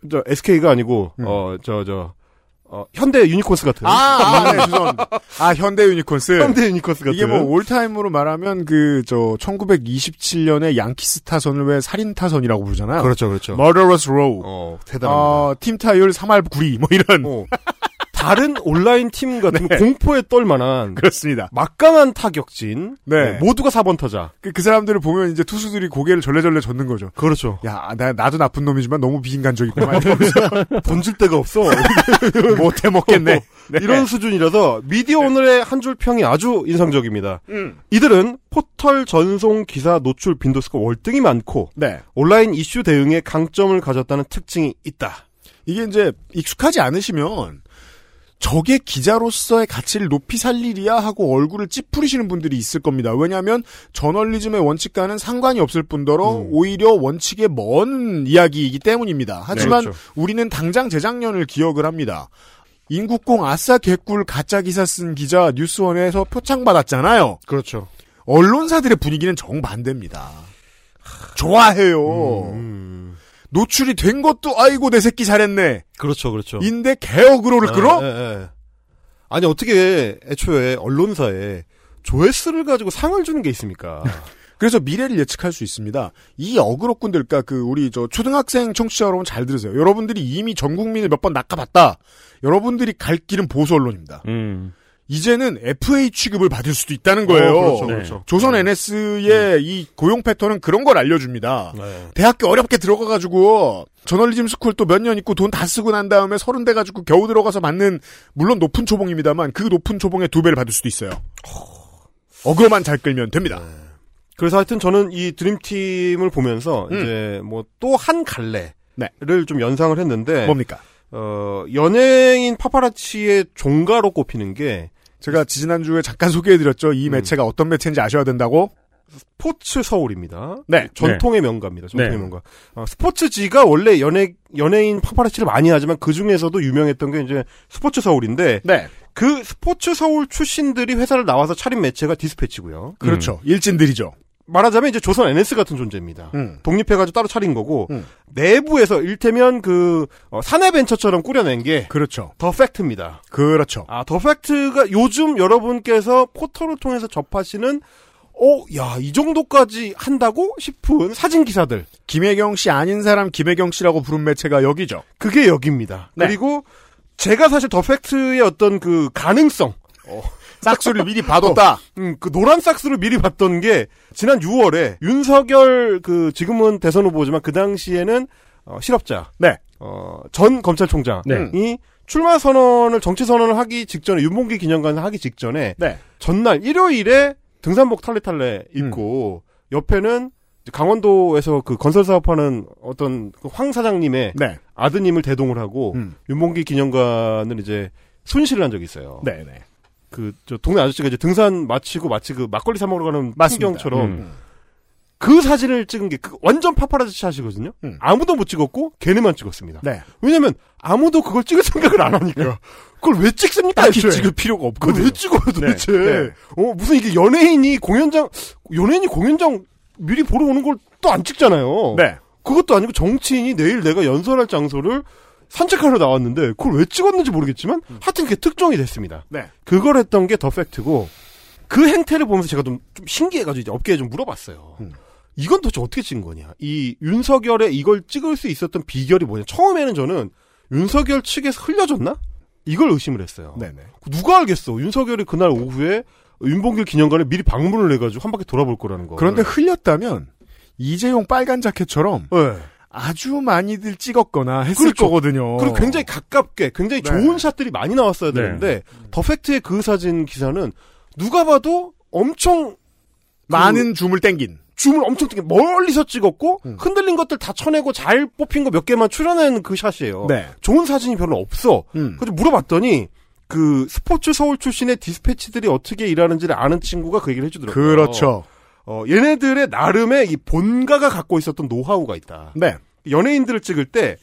S8: 저 SK가 아니고 어, 저 저 어, 현대 유니콘스 같은
S3: 아, 아, 네, 죄송합니다. 아, 현대 유니콘스.
S8: 현대 유니콘스 같은
S3: 이게 뭐 올타임으로 말하면 그 저 1927년에 양키스 타선을 왜 살인 타선이라고 부르잖아요.
S8: 그렇죠, 그렇죠.
S3: Murderous Row.
S8: 어, 대단합니다.
S3: 어, 팀 타율 3할 9리 뭐 이런.
S8: 어. 다른 온라인 팀 (laughs) 같은 공포에 떨
S3: (laughs)
S8: 만한
S3: 그렇습니다.
S8: 막강한 타격진.
S3: 네.
S8: 네, 모두가 4번 타자.
S3: 그, 그 사람들을 보면 이제 투수들이 고개를 절레절레 젓는 거죠.
S8: 그렇죠.
S3: 야, 나, 나도 나쁜 놈이지만 너무
S8: (laughs)
S3: 비인간적이구만.
S8: 본질 데가 (laughs) 없어.
S3: (laughs) 못해
S8: (laughs) 어.
S3: 먹겠네. 네.
S8: 이런 수준이라서 미디어 오늘의 한 줄 평이 아주 인상적입니다. 이들은 포털 전송 기사 노출 빈도수가 월등히 많고
S3: 네.
S8: 온라인 이슈 대응에 강점을 가졌다는 특징이 있다.
S3: 이게 이제 익숙하지 않으시면 저게 기자로서의 가치를 높이 살 일이야 하고 얼굴을 찌푸리시는 분들이 있을 겁니다. 왜냐하면 저널리즘의 원칙과는 상관이 없을 뿐더러
S8: 음.
S3: 오히려 원칙에 먼 이야기이기 때문입니다. 하지만
S8: 그렇죠.
S3: 우리는 당장 재작년을 기억을 합니다. 인국공 아싸 개꿀 가짜 기사 쓴 기자 뉴스원에서 표창 받았잖아요.
S8: 그렇죠.
S3: 언론사들의 분위기는 정반대입니다.
S8: 음,
S3: 좋아해요. 노출이 된 것도 아이고 내 새끼 잘했네.
S8: 그렇죠, 그렇죠.
S3: 인데 개어그로를 끌어?
S8: 예, 예. 아니 어떻게 애초에 언론사에 조회수를 가지고 상을 주는 게 있습니까?
S3: 그래서 미래를 예측할 수 있습니다. 이 어그로꾼들, 그러니까 그 우리 저 초등학생 청취자 여러분 잘 들으세요. 여러분들이 이미 전 국민을 몇 번 낚아봤다. 여러분들이 갈 길은 보수 언론입니다.
S4: 음.
S3: 이제는 FA 취급을 받을 수도 있다는 거예요. 네.
S8: 어, 그렇죠, 음. 그렇죠.
S3: 조선 NS의 이 고용 패턴은 그런 걸 알려줍니다.
S8: 네.
S3: 대학교 어렵게 들어가가지고 저널리즘 스쿨 또 몇 년 있고 돈 다 쓰고 난 다음에 서른 돼가지고 겨우 들어가서 받는 물론 높은 초봉입니다만 그 높은 초봉의 두 배를 받을 수도 있어요. 어그로만 잘 끌면 됩니다.
S8: 그래서 하여튼 저는 이 드림팀을 보면서
S3: 음.
S8: 이제 뭐 또 한 갈래를
S3: 네.
S8: 좀 연상을 했는데
S3: 뭡니까?
S8: 어, 연예인 파파라치의 종가로 꼽히는 게
S3: 제가 지난주에 잠깐 소개해드렸죠.
S8: 음.
S3: 이 매체가 어떤 매체인지 아셔야 된다고.
S8: 스포츠 서울입니다.
S3: 네.
S8: 전통의 명가입니다. 전통의
S4: 네.
S8: 명가. 어, 스포츠지가 원래 연예 연예인 파파라치를 많이 하지만 그 중에서도 유명했던 게 이제 스포츠 서울인데
S3: 네.
S8: 그 스포츠 서울 출신들이 회사를 나와서 차린 매체가 디스패치고요.
S3: 그렇죠. 일진들이죠.
S8: 말하자면 이제 조선 NS 같은 존재입니다.
S3: 음.
S8: 독립해가지고 따로 차린 거고
S3: 음.
S8: 내부에서 일테면 그 어, 산해벤처처럼 꾸려낸 게 더
S3: 그렇죠.
S8: 팩트입니다.
S3: 그렇죠.
S8: 아, 더 팩트가 요즘 여러분께서 포털을 통해서 접하시는 어, 야, 이 정도까지 한다고 싶은 사진 기사들.
S3: 김혜경 씨 아닌 사람 김혜경 씨라고 부른 매체가 여기죠.
S8: 그게 여기입니다.
S3: 네.
S8: 그리고 제가 사실 더 팩트의 어떤 그 가능성
S3: 싹수를 미리 봐뒀다.
S8: 음, 그 노란 삭스를 미리 봤던 게 지난 6월에 윤석열 그 지금은 대선 후보지만 그 당시에는 어, 실업자,
S3: 네.
S8: 어, 전 검찰총장이
S4: 네.
S8: 출마 선언을 정치 선언을 하기 직전에 윤봉기 기념관 하기 직전에
S3: 네.
S8: 전날 일요일에 등산복 탈레탈레 입고
S3: 음.
S8: 옆에는 이제 강원도에서 그 건설 사업하는 어떤 그황 사장님의
S3: 네.
S8: 아드님을 대동을 하고
S3: 음.
S8: 윤봉기 기념관을 이제 손실을 한 적이 있어요.
S3: 네. 네.
S8: 그 저 동네 아저씨가 이제 등산 마치고 마치 그 막걸리 사 먹으러 가는
S3: 맞습니다. 음.
S8: 풍경처럼
S4: 음.
S8: 그 사진을 찍은 게 그 완전 파파라지 샷이거든요.
S3: 음.
S8: 아무도 못 찍었고 걔네만 찍었습니다.
S3: 네.
S8: 왜냐면 아무도 그걸 찍을 생각을 안 하니까 그걸 왜 찍습니까?
S3: 딱히
S8: 애초에?
S3: 찍을 필요가
S8: 그걸
S3: 없거든요.
S8: 왜 찍어요 도대체?
S3: 네. 네.
S8: 어 무슨 이게 연예인이 공연장 연예인이 공연장 미리 보러 오는 걸 또 안 찍잖아요.
S3: 네.
S8: 그것도 아니고 정치인이 내일 내가 연설할 장소를 산책하러 나왔는데 그걸 왜 찍었는지 모르겠지만 하여튼 그게 특종이 됐습니다.
S3: 음. 네.
S8: 그걸 했던 게 더 팩트고 그 행태를 보면서 제가 좀, 좀 신기해가지고 이제 업계에 좀 물어봤어요.
S3: 음.
S8: 이건 도대체 어떻게 찍은 거냐? 이 윤석열의 이걸 찍을 수 있었던 비결이 뭐냐? 처음에는 저는 윤석열 측에서 흘려줬나? 이걸 의심을 했어요.
S3: 네. 네.
S8: 누가 알겠어? 윤석열이 그날 오후에 윤봉길 기념관에 미리 방문을 해가지고 한 바퀴 돌아볼 거라는 거.
S3: 그런데 흘렸다면 이재용 빨간 자켓처럼
S8: 네.
S3: 어. 아주 많이들 찍었거나 했을
S8: 그렇죠.
S3: 거거든요.
S8: 그리고 굉장히 가깝게 굉장히
S3: 네.
S8: 좋은 샷들이 많이 나왔어야 되는데 더 팩트의 그 사진 기사는 누가 봐도 엄청
S3: 그 많은 줌을 땡긴.
S8: 줌을 엄청 뜨게 멀리서 찍었고
S3: 음.
S8: 흔들린 것들 다 쳐내고 잘 뽑힌 거 몇 개만 출연한 그 샷이에요.
S3: 네.
S8: 좋은 사진이 별로 없어.
S3: 음.
S8: 그래서 물어봤더니 그 스포츠 서울 출신의 디스패치들이 어떻게 일하는지를 아는 친구가 그 얘기를 해주더라고요.
S3: 그렇죠.
S8: 어, 얘네들의 나름의 이 본가가 갖고 있었던 노하우가 있다.
S3: 네.
S8: 연예인들을 찍을 때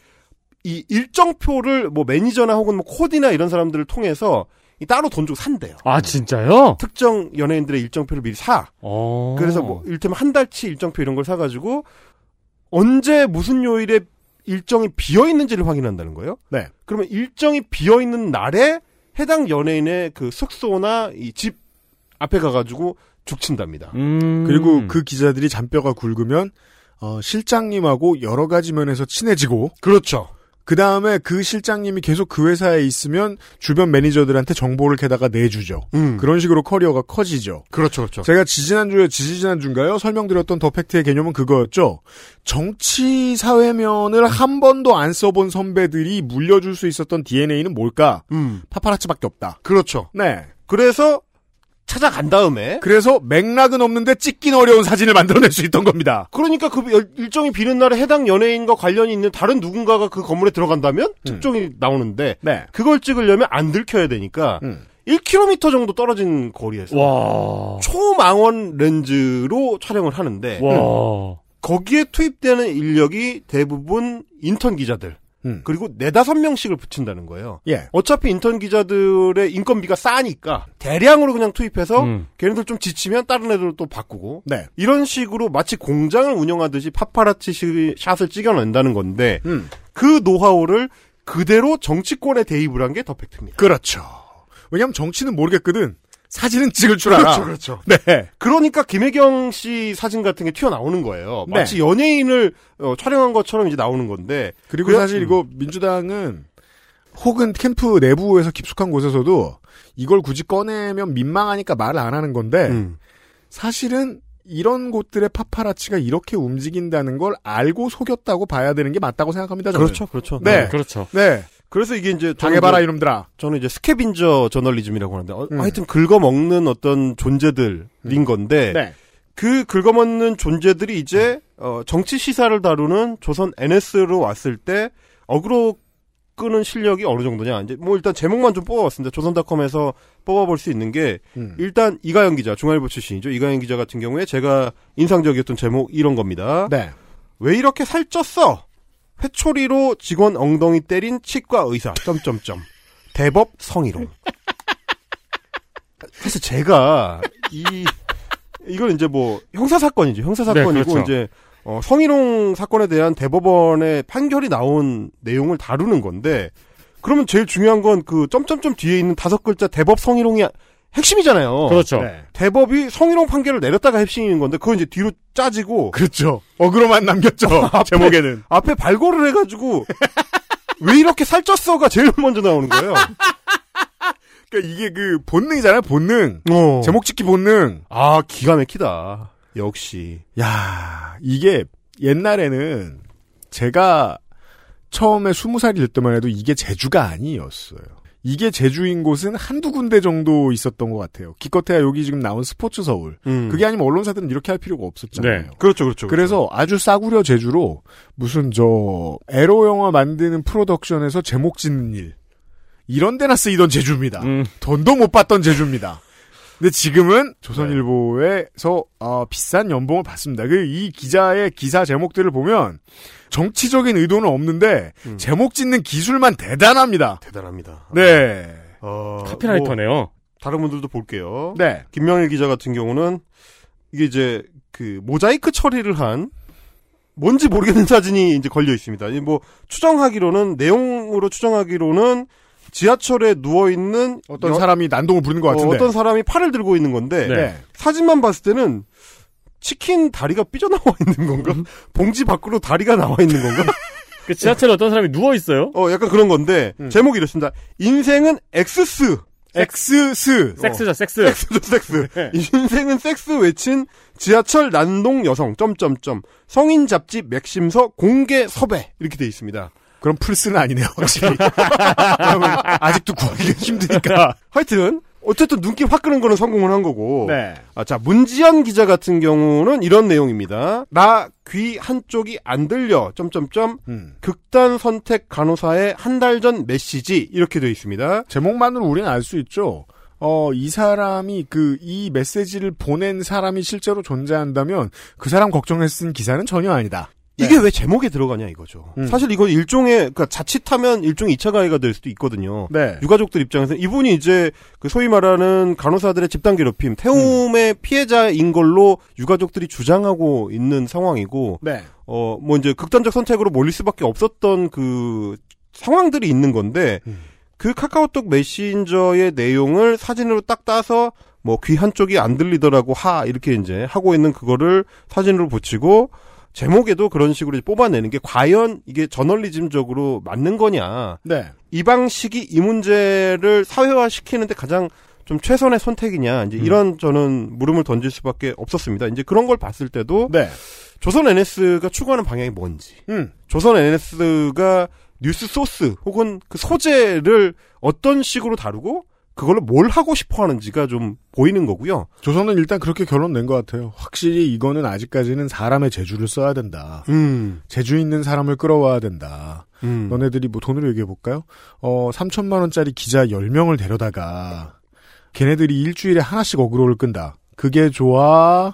S8: 이 일정표를 뭐 매니저나 혹은 뭐 코디나 이런 사람들을 통해서 이 따로 돈 주고 산대요.
S4: 아, 진짜요?
S8: 특정 연예인들의 일정표를 미리 사.
S4: 어.
S8: 그래서 뭐 일테면 한 달치 일정표 이런 걸 사가지고 언제 무슨 요일에 일정이 비어 있는지를 확인한다는 거예요.
S3: 네.
S8: 그러면 일정이 비어 있는 날에 해당 연예인의 그 숙소나 이 집 앞에 가가지고 죽친답니다.
S4: 음.
S3: 그리고 그 기자들이 잔뼈가 굵으면 어, 실장님하고 여러 가지 면에서 친해지고
S8: 그렇죠.
S3: 그 다음에 그 실장님이 계속 그 회사에 있으면 주변 매니저들한테 정보를 게다가 내주죠.
S8: 음.
S3: 그런 식으로 커리어가 커지죠.
S8: 그렇죠, 그렇죠.
S3: 제가 지지난주에 지지난주인가요? 설명드렸던 더 팩트의 개념은 그거였죠. 정치 사회면을 한 번도 안 써본 선배들이 물려줄 수 있었던 DNA는 뭘까?
S8: 음,
S3: 파파라치밖에 없다.
S8: 그렇죠.
S3: 네.
S8: 그래서 찾아간 다음에
S3: 그래서 맥락은 없는데 찍긴 어려운 사진을 만들어낼 수 있던 겁니다.
S8: 그러니까 그 열- 일정이 비는 날에 해당 연예인과 관련이 있는 다른 누군가가 그 건물에 들어간다면 특종이 나오는데
S3: 네.
S8: 그걸 찍으려면 안 들켜야 되니까
S3: 음.
S8: 1km 정도 떨어진 거리에서
S4: 와.
S8: 초망원 렌즈로 촬영을 하는데
S3: 음.
S4: 와.
S8: 거기에 투입되는 인력이 대부분 인턴 기자들
S3: 음.
S8: 그리고 네다섯 명씩을 붙인다는 거예요.
S3: 예.
S8: 어차피 인턴 기자들의 인건비가 싸니까 대량으로 그냥 투입해서
S4: 음.
S8: 걔네들 좀 지치면 다른 애들 또 바꾸고
S3: 네.
S8: 이런 식으로 마치 공장을 운영하듯이 파파라치 시- 샷을 찍어낸다는 건데
S3: 음.
S8: 그 노하우를 그대로 정치권에 대입을 한 게 더 팩트입니다.
S3: 그렇죠. 왜냐면 하 정치는 모르겠거든. 사진은 찍을 줄 알아.
S8: 그렇죠.
S3: 네.
S8: 그러니까 김혜경 씨 사진 같은 게 튀어나오는 거예요.
S3: 네.
S8: 마치 연예인을 어, 촬영한 것처럼 이제 나오는 건데
S3: 그리고
S8: 그래-
S3: 사실 이거 민주당은 혹은 캠프 내부에서 깊숙한 곳에서도 이걸 굳이 꺼내면 민망하니까 말을 안 하는 건데
S8: 음.
S3: 사실은 이런 곳들의 파파라치가 이렇게 움직인다는 걸 알고 속였다고 봐야 되는 게 맞다고 생각합니다. 저는.
S8: 그렇죠, 그렇죠.
S3: 네.
S4: 그렇죠.
S3: 네.
S8: 그래서 이게 이제 저는
S3: 당해봐라
S8: 이제-
S3: 이놈들아.
S8: 저는 이제 스캐빈저 저널리즘이라고 하는데 어,
S3: 음.
S8: 하여튼 긁어먹는 어떤 존재들인 건데
S3: 네.
S8: 그 긁어먹는 존재들이 이제 어, 정치 시사를 다루는 조선 NS로 왔을 때 어그로 끄는 실력이 어느 정도냐 이제 뭐 일단 제목만 좀 뽑아봤습니다 조선닷컴에서 뽑아볼 수 있는 게
S3: 음.
S8: 일단 이가영 기자 중앙일보 출신이죠 이가영 기자 같은 경우에 제가 인상적이었던 제목 이런 겁니다
S3: 네.
S8: 왜 이렇게 살쪘어? 회초리로 직원 엉덩이 때린 치과 의사. 점점점. 대법 성희롱. 그래서 제가 이 이걸 이제 뭐 형사 사건이죠. 형사 사건이고
S4: 네, 그렇죠.
S8: 이제 어, 성희롱 사건에 대한 대법원의 판결이 나온 내용을 다루는 건데 그러면 제일 중요한 건 그 점점점 뒤에 있는 다섯 글자 대법 성희롱이 핵심이잖아요.
S4: 그렇죠.
S3: 네.
S8: 대법이 성희롱 판결을 내렸다가 핵심인 건데 그건 이제 뒤로 짜지고
S3: 그렇죠. 어그로만 (laughs) 남겼죠. 제목에는.
S8: 앞에 발골을 해가지고 왜 이렇게 살쪘어가 제일 먼저 나오는 거예요.
S3: 그러니까 이게 그 본능이잖아요. 본능.
S8: (laughs) 어.
S3: 제목 찍기 본능.
S8: 아 기가 막히다. 역시
S3: 야 이게 옛날에는 제가 처음에 스무 살이 될 때만 해도 이게 제주가 아니었어요. 이게 제주인 곳은 한두 군데 정도 있었던 것 같아요. 기껏해야 여기 지금 나온 스포츠 서울.
S8: 음.
S3: 그게 아니면 언론사들은 이렇게 할 필요가 없었잖아요.
S4: 네.
S8: 그렇죠 그렇죠. 그렇죠.
S3: 그래서 아주 싸구려 제주로 무슨 저 에로 영화 만드는 프로덕션에서 제목 짓는 일 이런 데나 쓰이던 제주입니다.
S4: 음.
S3: 돈도 못 받던 제주입니다. 근데
S8: 네.
S3: 지금은 조선일보에서 어, 비싼 연봉을 받습니다. 그 이 기자의 기사 제목들을 보면 정치적인 의도는 없는데
S8: 음.
S3: 제목 짓는 기술만 대단합니다.
S8: 대단합니다.
S3: 네,
S8: 어, 뭐
S4: 카피라이터네요.
S8: 다른 분들도 볼게요.
S3: 네,
S8: 김명일 기자 같은 경우는 이게 이제 그 모자이크 처리를 한 뭔지 모르겠는 사진이 이제 걸려 있습니다. 이뭐 추정하기로는 내용으로 추정하기로는 지하철에 누워 있는
S3: 어떤 사람이 난동을 부르는 것 같은데.
S8: 어떤 사람이 팔을 들고 있는 건데
S4: 네.
S8: 사진만 봤을 때는 치킨 다리가 삐져나와 (laughs) 있는 건가? 봉지 밖으로 다리가 나와 있는 건가?
S4: 그 지하철에 어떤 사람이 누워있어요.
S8: 어, 약간 그런 건데, 제목이 이렇습니다. 인생은 엑스스.
S3: 엑스스
S8: 어,
S4: 섹스죠, 섹스.
S8: 엑스죠, 섹스. 인생은 섹스 외친 지하철 난동 여성, 점점점. 성인 잡지 맥심서 공개 섭외. 이렇게 돼 있습니다.
S3: 그럼 플스는 아니네요, 확실히. (laughs) 왜냐면 아직도 구하기가 힘드니까.
S8: 하여튼, 어쨌든 눈길 확 끄는 거는 성공을 한 거고.
S3: 네.
S8: 아, 자, 문지연 기자 같은 경우는 이런 내용입니다. 나 귀 한쪽이 안 들려. 점점점.
S3: 음.
S8: 극단 선택 간호사의 한 달 전 메시지 이렇게 되어
S3: 네.
S8: 있습니다.
S3: 제목만으로 우리는 알 수 있죠. 어, 이 사람이 그, 이 메시지를 보낸 사람이 실제로 존재한다면 그 사람 걱정해 쓴 기사는 전혀 아니다.
S8: 이게 왜 제목에 들어가냐 이거죠.
S3: 음.
S8: 사실 이거 일종의 그러니까 자칫하면 일종 의 2차 가해가 될 수도 있거든요.
S3: 네.
S8: 유가족들 입장에서 이분이 이제 그 소위 말하는 간호사들의 집단 괴롭힘, 태움의 피해자인 걸로 유가족들이 주장하고 있는 상황이고
S3: 네.
S8: 어 뭐 이제 극단적 선택으로 몰릴 수밖에 없었던 그 상황들이 있는 건데
S3: 음.
S8: 그 카카오톡 메신저의 내용을 사진으로 딱 따서 뭐 귀 한쪽이 안 들리더라고 하 이렇게 이제 하고 있는 그거를 사진으로 붙이고 제목에도 그런 식으로 이제 뽑아내는 게 과연 이게 저널리즘적으로 맞는 거냐
S3: 네.
S8: 이 방식이 이 문제를 사회화 시키는데 가장 좀 최선의 선택이냐 이제 이런 저는 물음을 던질 수밖에 없었습니다. 이제 그런 걸 봤을 때도
S3: 네.
S8: 조선 NS가 추구하는 방향이 뭔지
S3: 음.
S8: 조선 NS가 뉴스 소스 혹은 그 소재를 어떤 식으로 다루고 그걸로 뭘 하고 싶어 하는지가 좀 보이는 거고요.
S3: 조선은 일단 그렇게 결론 낸 것 같아요. 확실히 이거는 아직까지는 사람의 재주를 써야 된다.
S8: 음.
S3: 재주 있는 사람을 끌어와야 된다.
S8: 음.
S3: 너네들이 뭐 돈으로 얘기해 볼까요? 어, 3천만 원짜리 기자 10명을 데려다가 걔네들이 일주일에 하나씩 어그로를 끈다. 그게 좋아?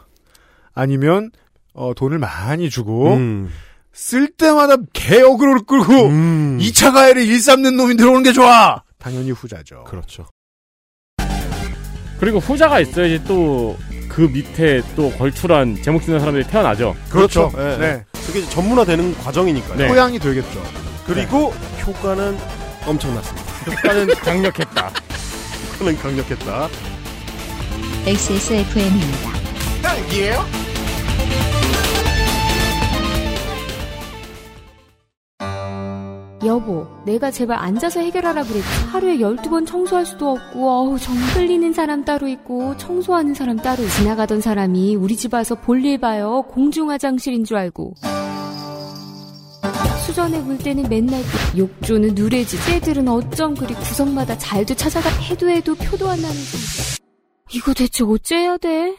S3: 아니면 어, 돈을 많이
S4: 뭐?
S3: 주고
S8: 음.
S3: 쓸 때마다 개 어그로를 끌고
S8: 음.
S3: 2차 가해를 일삼는 놈이 들어오는 게 좋아. 당연히 후자죠.
S8: 그렇죠.
S4: 그리고 후자가 있어야지 또 그 밑에 또 걸출한 제목 쓰는 사람들이 태어나죠.
S8: 그렇죠. 예,
S3: 네.
S8: 예. 그게 이제 전문화되는 과정이니까요.
S4: 네.
S3: 토양이 되겠죠.
S8: 그리고 효과는 엄청났습니다.
S4: 효과는 강력했다.
S8: 효과는 강력했다.
S1: XSFM입니다.
S6: 여보, 내가 제발 앉아서 해결하라 그랬지. 하루에 12번 청소할 수도 없고, 어우, 정 흘리는 사람 따로 있고, 청소하는 사람 따로 있고. 지나가던 사람이 우리 집 와서 볼일 봐요. 공중화장실인 줄 알고. 수전에 물 때는 맨날 그- 욕조는 누래지. 쟤들은 어쩜 그리 구석마다 잘도 찾아가 해도 해도 표도 안 나는 지 이거 대체 어째야 돼?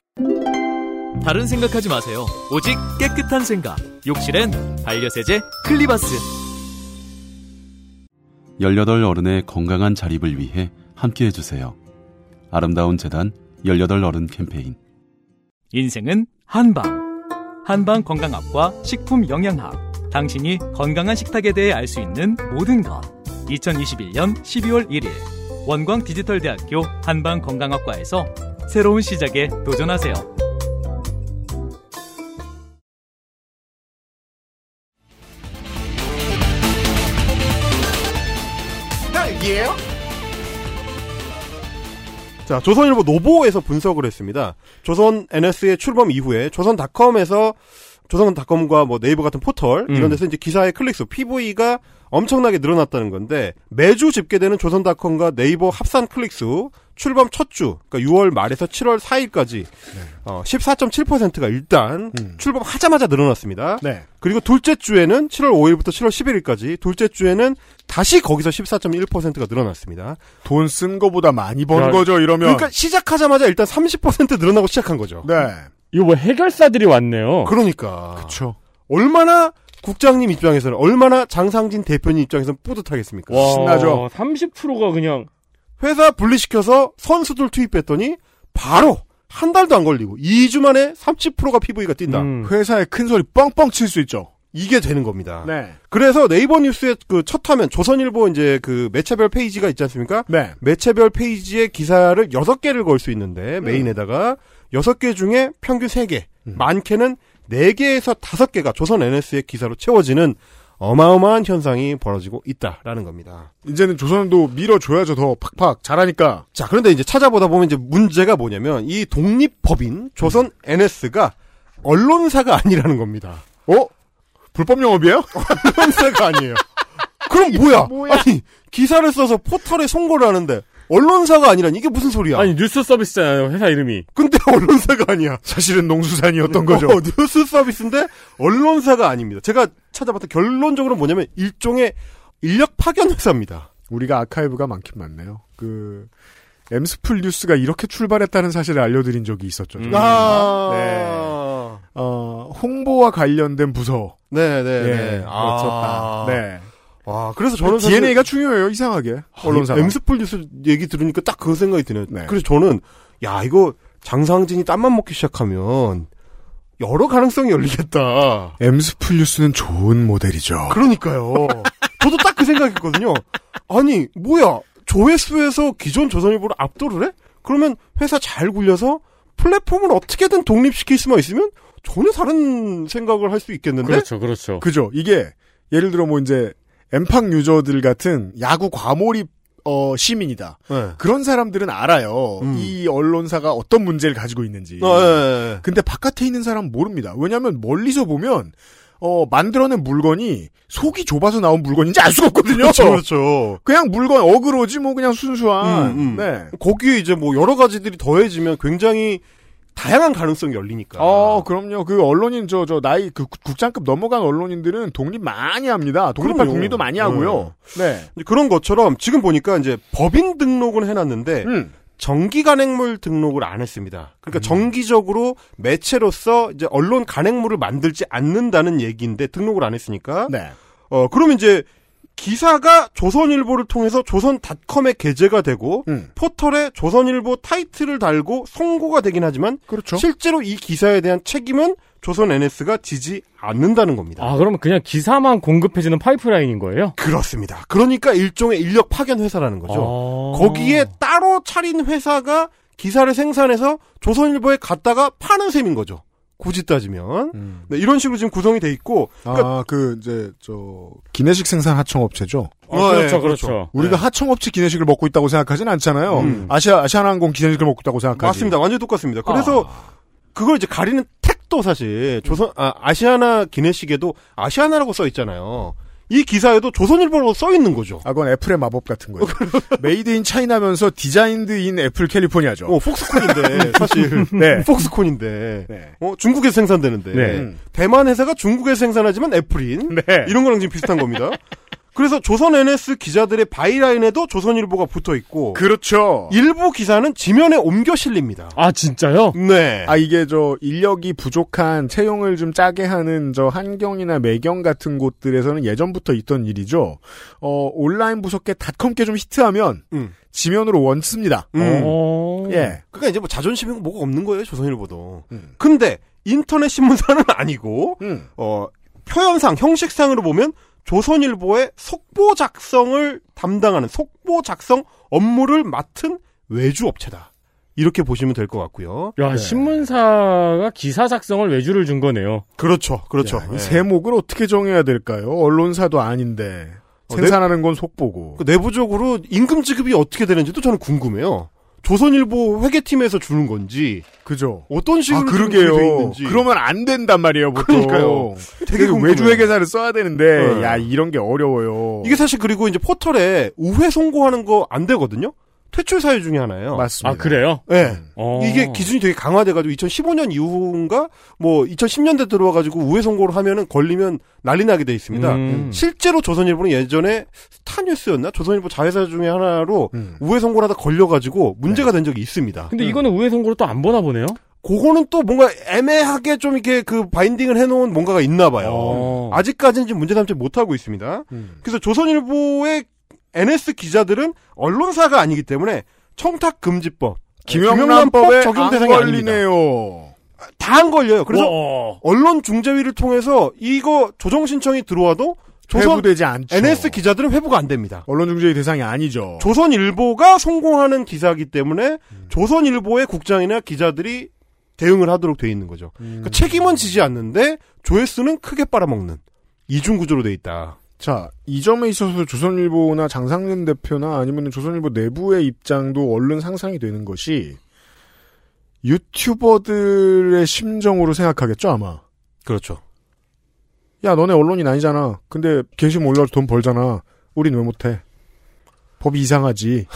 S5: 다른 생각하지 마세요. 오직 깨끗한 생각. 욕실엔 반려세제 클리바스.
S9: 18 어른의 건강한 자립을 위해 함께 해주세요. 아름다운 재단 18 어른 캠페인
S5: 인생은 한방. 한방 건강학과 식품 영양학. 당신이 건강한 식탁에 대해 알 수 있는 모든 것. 2021년 12월 1일 원광 디지털대학교 한방 건강학과에서 새로운 시작에 도전하세요.
S8: 자, 조선일보 노보에서 분석을 했습니다. 조선 NS의 출범 이후에 조선닷컴에서 조선닷컴과 뭐 네이버 같은 포털 이런 데서 이제 기사의 클릭수 PV가 엄청나게 늘어났다는 건데 매주 집계되는 조선닷컴과 네이버 합산 클릭수 출범 첫 주, 그러니까 6월 말에서 7월 4일까지 어, 14.7%가 일단 출범하자마자 늘어났습니다.
S3: 네.
S8: 그리고 둘째 주에는 7월 5일부터 7월 11일까지 둘째 주에는 다시 거기서 14.1%가 늘어났습니다.
S3: 돈 쓴 거보다 많이 번
S4: 그럴-
S3: 거죠, 이러면.
S8: 그러니까 시작하자마자 일단 30% 늘어나고 시작한 거죠.
S3: 네.
S4: 이거 뭐 해결사들이 왔네요.
S8: 그러니까
S3: 그렇죠.
S8: 얼마나 국장님 입장에서는 얼마나 장상진 대표님 입장에서는 뿌듯하겠습니까?
S4: 와,
S3: 신나죠?
S4: 30%가 그냥
S8: 회사 분리시켜서 선수들 투입했더니 바로 한 달도 안 걸리고 2주 만에 30%가 PV가 뛴다.
S4: 음.
S3: 회사에 큰 소리 뻥뻥 칠 수 있죠.
S8: 이게 되는 겁니다.
S3: 네.
S8: 그래서 네이버 뉴스의 그 첫 화면 조선일보 이제 그 매체별 페이지가 있지 않습니까?
S3: 네.
S8: 매체별 페이지에 기사를 6개를 걸 수 있는데
S3: 음.
S8: 메인에다가 6개 중에 평균 3개, 많게는 4개에서 5개가 조선 NS의 기사로 채워지는 어마어마한 현상이 벌어지고 있다라는 겁니다.
S3: 이제는 조선도 밀어줘야죠, 더 팍팍. 잘하니까.
S8: 자, 그런데 이제 찾아보다 보면 이제 문제가 뭐냐면 이 독립법인 조선 NS가 언론사가 아니라는 겁니다.
S3: 어? 불법 영업이에요?
S8: (laughs) 언론사가 아니에요. 그럼 뭐야? 아니, 기사를 써서 포털에 송고를 하는데 언론사가 아니란 이게 무슨 소리야?
S4: 아니 뉴스 서비스잖아요. 회사 이름이.
S8: 근데 (laughs)
S3: (laughs)
S8: 언론사가 아니야.
S3: 사실은 농수산이었던 거죠.
S8: 어, 뉴스 서비스인데 언론사가 아닙니다. 제가 찾아봤던 결론적으로 뭐냐면 일종의 인력 파견 회사입니다.
S3: 우리가 아카이브가 많긴 많네요. 그, 엠스플 뉴스가 이렇게 출발했다는 사실을 알려드린 적이 있었죠.
S4: 음.
S8: 아,
S3: 어, 홍보와 관련된 부서.
S8: 네, 네,
S3: 예,
S8: 네.
S3: 그렇죠.
S8: 아.
S3: 네.
S8: 와, 그래서 저는 사실
S3: DNA가 중요해요, 이상하게. 아, 언론사.
S8: 엠스플 뉴스 얘기 들으니까 딱 그 생각이 드네요.
S3: 네.
S8: 그래서 저는 야 이거 장상진이 땀만 먹기 시작하면 여러 가능성이
S3: 어.
S8: 열리겠다.
S3: 엠스플루스는 좋은 모델이죠.
S8: 그러니까요. 저도 딱 그 생각했거든요. 아니, 뭐야. 조회수에서 기존 조선일보를 압도를 해? 그러면 회사 잘 굴려서 플랫폼을 어떻게든 독립시킬 수만 있으면 전혀 다른 생각을 할 수 있겠는데?
S4: 그렇죠, 그렇죠.
S3: 그죠. 이게 예를 들어 뭐 이제 엠팡 유저들 같은 야구 과몰입 어, 시민이다.
S8: 네.
S3: 그런 사람들은 알아요.
S8: 음.
S3: 이 언론사가 어떤 문제를 가지고 있는지.
S8: 어, 예, 예.
S3: 근데 바깥에 있는 사람은 모릅니다. 왜냐하면 멀리서 보면 어, 만들어낸 물건이 속이 좁아서 나온 물건인지 알 수가 없거든요.
S8: 그렇죠, 그렇죠.
S3: 냥 물건 어그로지 뭐 그냥 순수한.
S8: 음, 음.
S3: 네.
S8: 거기에 이제 뭐 여러 가지들이 더해지면 굉장히 다양한 가능성이 열리니까.
S3: 어, 그럼요. 그 언론인 저 저 나이 그 국- 국장급 넘어간 언론인들은 독립 많이 합니다. 독립할
S8: 그럼요.
S3: 독립도 많이 하고요. 네.
S8: 이제 그런 것처럼 지금 보니까 이제 법인 등록은 해놨는데
S3: 음.
S8: 정기 간행물 등록을 안 했습니다. 그러니까 정기적으로 매체로서 이제 언론 간행물을 만들지 않는다는 얘기인데 등록을 안 했으니까.
S3: 네.
S8: 어 그러면 이제 기사가 조선일보를 통해서 조선닷컴에 게재가 되고
S3: 음.
S8: 포털에 조선일보 타이틀을 달고 송고가 되긴 하지만
S3: 그렇죠.
S8: 실제로 이 기사에 대한 책임은 조선 NS가 지지 않는다는 겁니다.
S4: 아, 그러면 그냥 기사만 공급해주는 파이프라인인 거예요?
S8: 그렇습니다. 그러니까 일종의 인력 파견 회사라는 거죠.
S4: 아.
S8: 거기에 따로 차린 회사가 기사를 생산해서 조선일보에 갔다가 파는 셈인 거죠. 굳이 따지면 네, 이런 식으로 지금 구성이 돼 있고
S3: 음.
S8: 그러니까
S3: 아, 그, 이제, 저, 기내식 생산 하청업체죠?
S4: 아, 그렇죠,
S8: 네,
S4: 그렇죠.
S3: 우리가 하청업체 기내식을 먹고 있다고 생각하진 않잖아요.
S8: 음.
S3: 아시아, 아시아나항공 기내식을 먹고 있다고 생각하지. 아.
S8: 맞습니다. 완전 히 똑같습니다. 그래서 그걸 이제 가리는 택도 사실
S3: 음.
S8: 조선 아, 시아나 기내식에도 아시아나라고 써 있잖아요. 이 기사에도 조선일보로 써 있는 거죠.
S3: 아, 그건 애플의 마법 같은 거예요. 메이드 인 차이나면서 디자인드 인 애플 캘리포니아죠.
S8: 어, (laughs) 폭스콘인데 사실
S3: 네.
S8: 폭스콘인데
S3: 네.
S8: 어, 중국에서 생산되는데
S4: 네.
S8: 음. 대만 회사가 중국에서 생산하지만 애플인
S3: 네.
S8: 이런 거랑 지금 비슷한 겁니다. 그래서 조선 NS 기자들의 바이라인에도 조선일보가 붙어 있고
S3: 그렇죠.
S8: 일부 기사는 지면에 옮겨 실립니다.
S4: 아, 진짜요?
S8: 네.
S3: 아, 이게 저, 인력이 부족한 채용을 좀 짜게 하는 저 한경이나 매경 같은 곳들에서는 예전부터 있던 일이죠. 어, 온라인 부속계 닷컴께 좀 히트하면,
S8: 음.
S3: 지면으로 원습니다.
S8: 음.
S4: 어.
S3: 예.
S8: 그러니까 이제 뭐 자존심이고 뭐가 없는 거예요 조선일보도.
S3: 음.
S8: 근데 인터넷 신문사는 (laughs) 아니고
S3: 음.
S8: 어 표현상 형식상으로 보면 조선일보의 속보 작성을 담당하는 속보 작성 업무를 맡은 외주 업체다. 이렇게 보시면 될 것 같고요.
S4: 야, 신문사가 기사 작성을 외주를 준 거네요.
S8: 그렇죠, 그렇죠.
S3: 야, 이
S8: 예.
S3: 세목을 어떻게 정해야 될까요? 언론사도 아닌데
S8: 어,
S3: 생산하는 건 속보고.
S8: 그 내부적으로 임금 지급이 어떻게 되는지도 저는 궁금해요. 조선일보 회계팀에서 주는 건지
S3: 그죠?
S8: 어떤 식으로
S3: 아
S8: 지금
S3: 그러게요.
S8: 그렇게 돼 있는지.
S3: 그러면 안 된단 말이에요. 보통.
S8: 그러니까요. 되게
S3: 되게
S8: 궁금해요.
S3: 외주회 계산을 써야 되는데
S8: 네.
S3: 야 이런 게 어려워요.
S8: 이게 사실 그리고 이제 포털에 우회 송고하는 거 안 되거든요. 퇴출 사유 중에 하나예요.
S3: 맞습니다. 네.
S4: 아, 그래요?
S8: 예.
S4: 어.
S8: 이게 기준이 되게 강화돼가지고 2015년 이후인가 뭐 2010년대 들어와가지고 우회 송고를 하면은 걸리면 난리 나게 돼 있습니다.
S4: 음.
S8: 실제로 조선일보는 예전에 스타뉴스였나 조선일보 자회사 중에 하나로
S3: 음.
S8: 우회 송고를 하다 걸려가지고 문제가
S4: 네.
S8: 된 적이 있습니다.
S4: 근데 이거는 우회 선고를 또 안 보나 보네요?
S8: 그거는 또 뭔가 애매하게 좀 이렇게 그 바인딩을 해놓은 뭔가가 있나 봐요.
S4: 어.
S8: 아직까지는 지금 문제 삼지 못하고 있습니다.
S3: 음.
S8: 그래서 조선일보의 NS 기자들은 언론사가 아니기 때문에 청탁금지법,
S3: 김영란법에 적용
S8: 적용 대상이
S3: 대상이 안
S8: 아닙니다.
S3: 걸리네요.
S8: 다 안 걸려요. 아, 그래서
S4: 와.
S8: 언론 중재위를 통해서 이거 조정 신청이 들어와도 조선
S3: 회부되지 않죠.
S8: NS 기자들은 회부가 안 됩니다.
S3: 언론중재의 대상이 아니죠.
S8: 조선일보가 성공하는 기사이기 때문에 조선일보의 국장이나 기자들이 대응을 하도록 돼 있는 거죠.
S3: 음.
S8: 그러니까 책임은 지지 않는데 조회수는 크게 빨아먹는 이중 구조로 돼 있다.
S3: 자, 이 점에 있어서 조선일보나 장상진 대표나 아니면 조선일보 내부의 입장도 얼른 상상이 되는 것이 유튜버들의 심정으로 생각하겠죠, 아마.
S8: 그렇죠.
S3: 야, 너네 언론인 아니잖아. 근데 게시물 올려서 돈 벌잖아. 우린 왜 못해? 법이
S8: (laughs)
S3: 이상하지.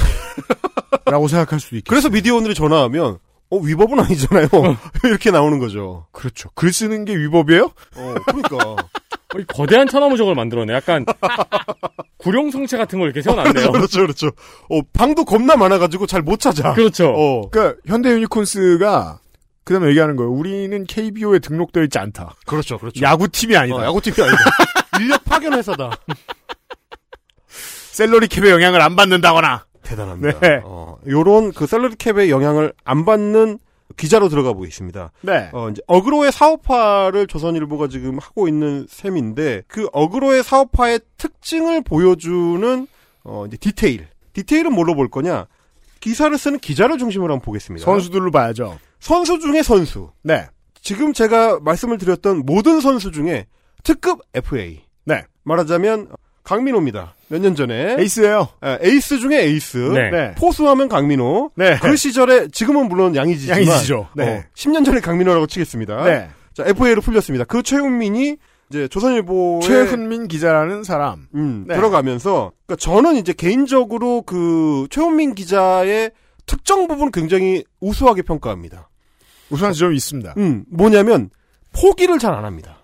S3: 라고 생각할 수도 있겠죠.
S8: 그래서 미디어 오늘이 전화하면 어 위법은 아니잖아요. (laughs) 이렇게 나오는 거죠.
S3: 그렇죠. 글 쓰는 게 위법이에요?
S8: 어, 그러니까
S4: 어, 거의 거대한 천하무적을 만들었네. 약간 구룡성체 같은 걸 이렇게 세워놨네요.
S8: 그렇죠, 그렇죠. 어 방도 겁나 많아가지고 잘 못 찾아.
S4: 그렇죠.
S8: (laughs) 어.
S3: 그러니까 현대 유니콘스가 그다음에 얘기하는 거예요. 우리는 KBO에 등록되어 있지 않다.
S8: 그렇죠, 그렇죠.
S3: 야구팀이 아니다.
S8: 야구팀이 아니다. 인력 파견 회사다.
S3: 셀러리 캡의 영향을 안 받는다거나.
S8: 대단합니다.
S3: 네.
S8: 어, 요런 그 셀러리 캡의 영향을 안 받는 기자로 들어가 보겠습니다.
S3: 네.
S8: 어, 이제 어그로의 사업화를 조선일보가 지금 하고 있는 셈인데 그 어그로의 사업화의 특징을 보여주는 어, 이제 디테일. 디테일은 뭘로 볼 거냐? 기사를 쓰는 기자를 중심으로 한번 보겠습니다.
S3: 선수들로 봐야죠.
S8: 선수 중에 선수.
S3: 네.
S8: 지금 제가 말씀을 드렸던 모든 선수 중에 특급 FA.
S3: 네.
S8: 말하자면 강민호입니다. 몇 년 전에
S3: 에이스예요.
S8: 아, 에이스 중에 에이스.
S4: 네.
S3: 네.
S8: 포수하면 강민호.
S3: 네.
S8: 그 시절에 지금은 물론 양이지지만
S3: 양이지죠. 네.
S8: 어, 10년 전에 강민호라고 치겠습니다.
S3: 네.
S8: 자, FA로 풀렸습니다. 그 최훈민이 이제 조선일보에
S3: 최훈민 기자라는 사람.
S8: 음,
S3: 네.
S8: 들어가면서 그러니까 저는 이제 개인적으로 그 최훈민 기자의 특정 부분 굉장히 우수하게 평가합니다.
S3: 우수한 지점이 있습니다.
S8: 음, 뭐냐면 포기를 잘 안 합니다.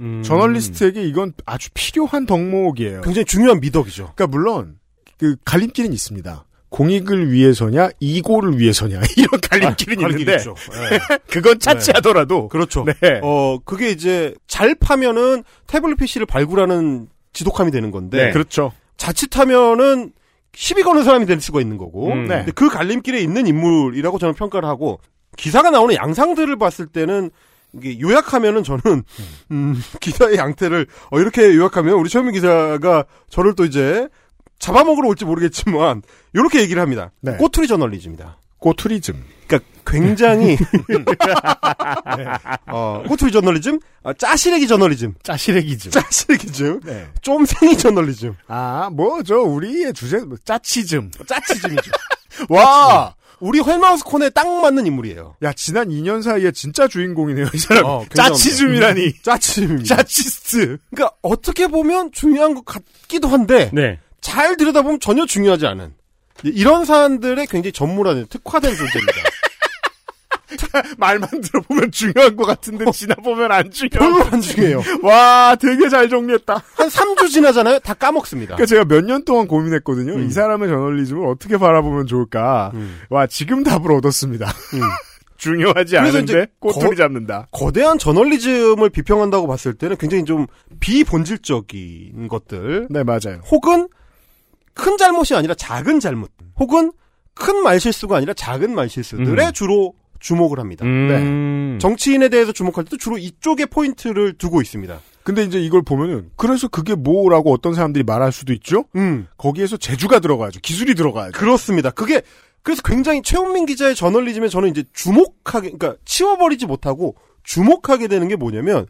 S4: 음.
S3: 저널리스트에게 이건 아주 필요한 덕목이에요.
S8: 굉장히 중요한 미덕이죠.
S3: 그러니까 물론 그 갈림길은 있습니다. 공익을 위해서냐, 이고를 위해서냐 (laughs) 이런
S8: 아,
S3: 갈림길은 있는데
S8: 알겠죠. 예.
S3: 그건 차치하더라도
S8: 그렇죠.
S3: (laughs) 네.
S8: 어, 그게 이제 잘 파면은 태블릿 PC를 발굴하는 지독함이 되는 건데
S4: 네.
S3: 그렇죠.
S8: 자칫하면은 시비 거는 사람이 될 수가 있는 거고
S4: 음.
S3: 네.
S8: 근데 그 갈림길에 있는 인물이라고 저는 평가를 하고 기사가 나오는 양상들을 봤을 때는 이게 요약하면은 저는 음, (laughs) 기사의 양태를 어, 이렇게 요약하면 우리 최민 기자가 저를 또 이제 잡아먹으러 올지 모르겠지만 이렇게 얘기를 합니다.
S3: 네.
S8: 꼬투리 저널리즘이다.
S3: 고투리즘.
S8: 그러니까 굉장히 (laughs) 어, 꼬투리 저널리즘, 아, 짜시래기 저널리즘,
S3: 짜시래기즘.
S8: 짜시래기즘,
S3: 네.
S8: 쫌생이 저널리즘.
S3: 아, 뭐죠? 우리의 주제 뭐, 짜치즘.
S8: (laughs) 짜치즘이죠.
S3: 와,
S8: 우리 헐마우스 콘에 딱 맞는 인물이에요.
S3: 야 지난 2년 사이에 진짜 주인공이네요 이 사람.
S8: 어, 굉장합니다.
S3: 짜치즘이라니.
S8: (laughs) 짜치즘입니다.
S3: 짜치스트.
S8: 그러니까 어떻게 보면 중요한 것 같기도 한데
S4: 네.
S8: 잘 들여다보면 전혀 중요하지 않은 이런 사안들에 굉장히 전문화된 특화된
S3: (laughs)
S8: 존재입니다.
S3: 말만 들어보면 중요한 것 같은데 지나보면 안
S8: 별로
S3: 중요한.
S8: 안 중요해요.
S3: 와, 되게 잘 정리했다.
S8: 한 3주 지나잖아요. 다 까먹습니다.
S3: 그러니까 제가 몇 년 동안 고민했거든요. 이 사람의 저널리즘을 어떻게 바라보면 좋을까.
S8: 음.
S3: 와 지금 답을 얻었습니다. (laughs) 중요하지
S8: 그래서
S3: 않은데
S8: 이제
S3: 꼬투리
S8: 거-
S3: 잡는다.
S8: 거대한 저널리즘을 비평한다고 봤을 때는 굉장히 좀 비본질적인 것들
S3: 네 맞아요.
S8: 혹은 큰 잘못이 아니라 작은 잘못 혹은 큰 말실수가 아니라 작은 말실수들에
S4: 음.
S8: 주로 주목을 합니다. 네.
S4: 음.
S8: 정치인에 대해서 주목할 때도 주로 이쪽에 포인트를 두고 있습니다.
S3: 근데 이제 이걸 보면은 그래서 그게 뭐라고 어떤 사람들이 말할 수도 있죠.
S8: 음.
S3: 거기에서 재주가 들어가야죠. 기술이 들어가야죠.
S8: 그렇습니다. 그게 그래서 굉장히 최훈민 기자의 저널리즘에 저는 이제 주목하게 그러니까 치워버리지 못하고 주목하게 되는 게 뭐냐면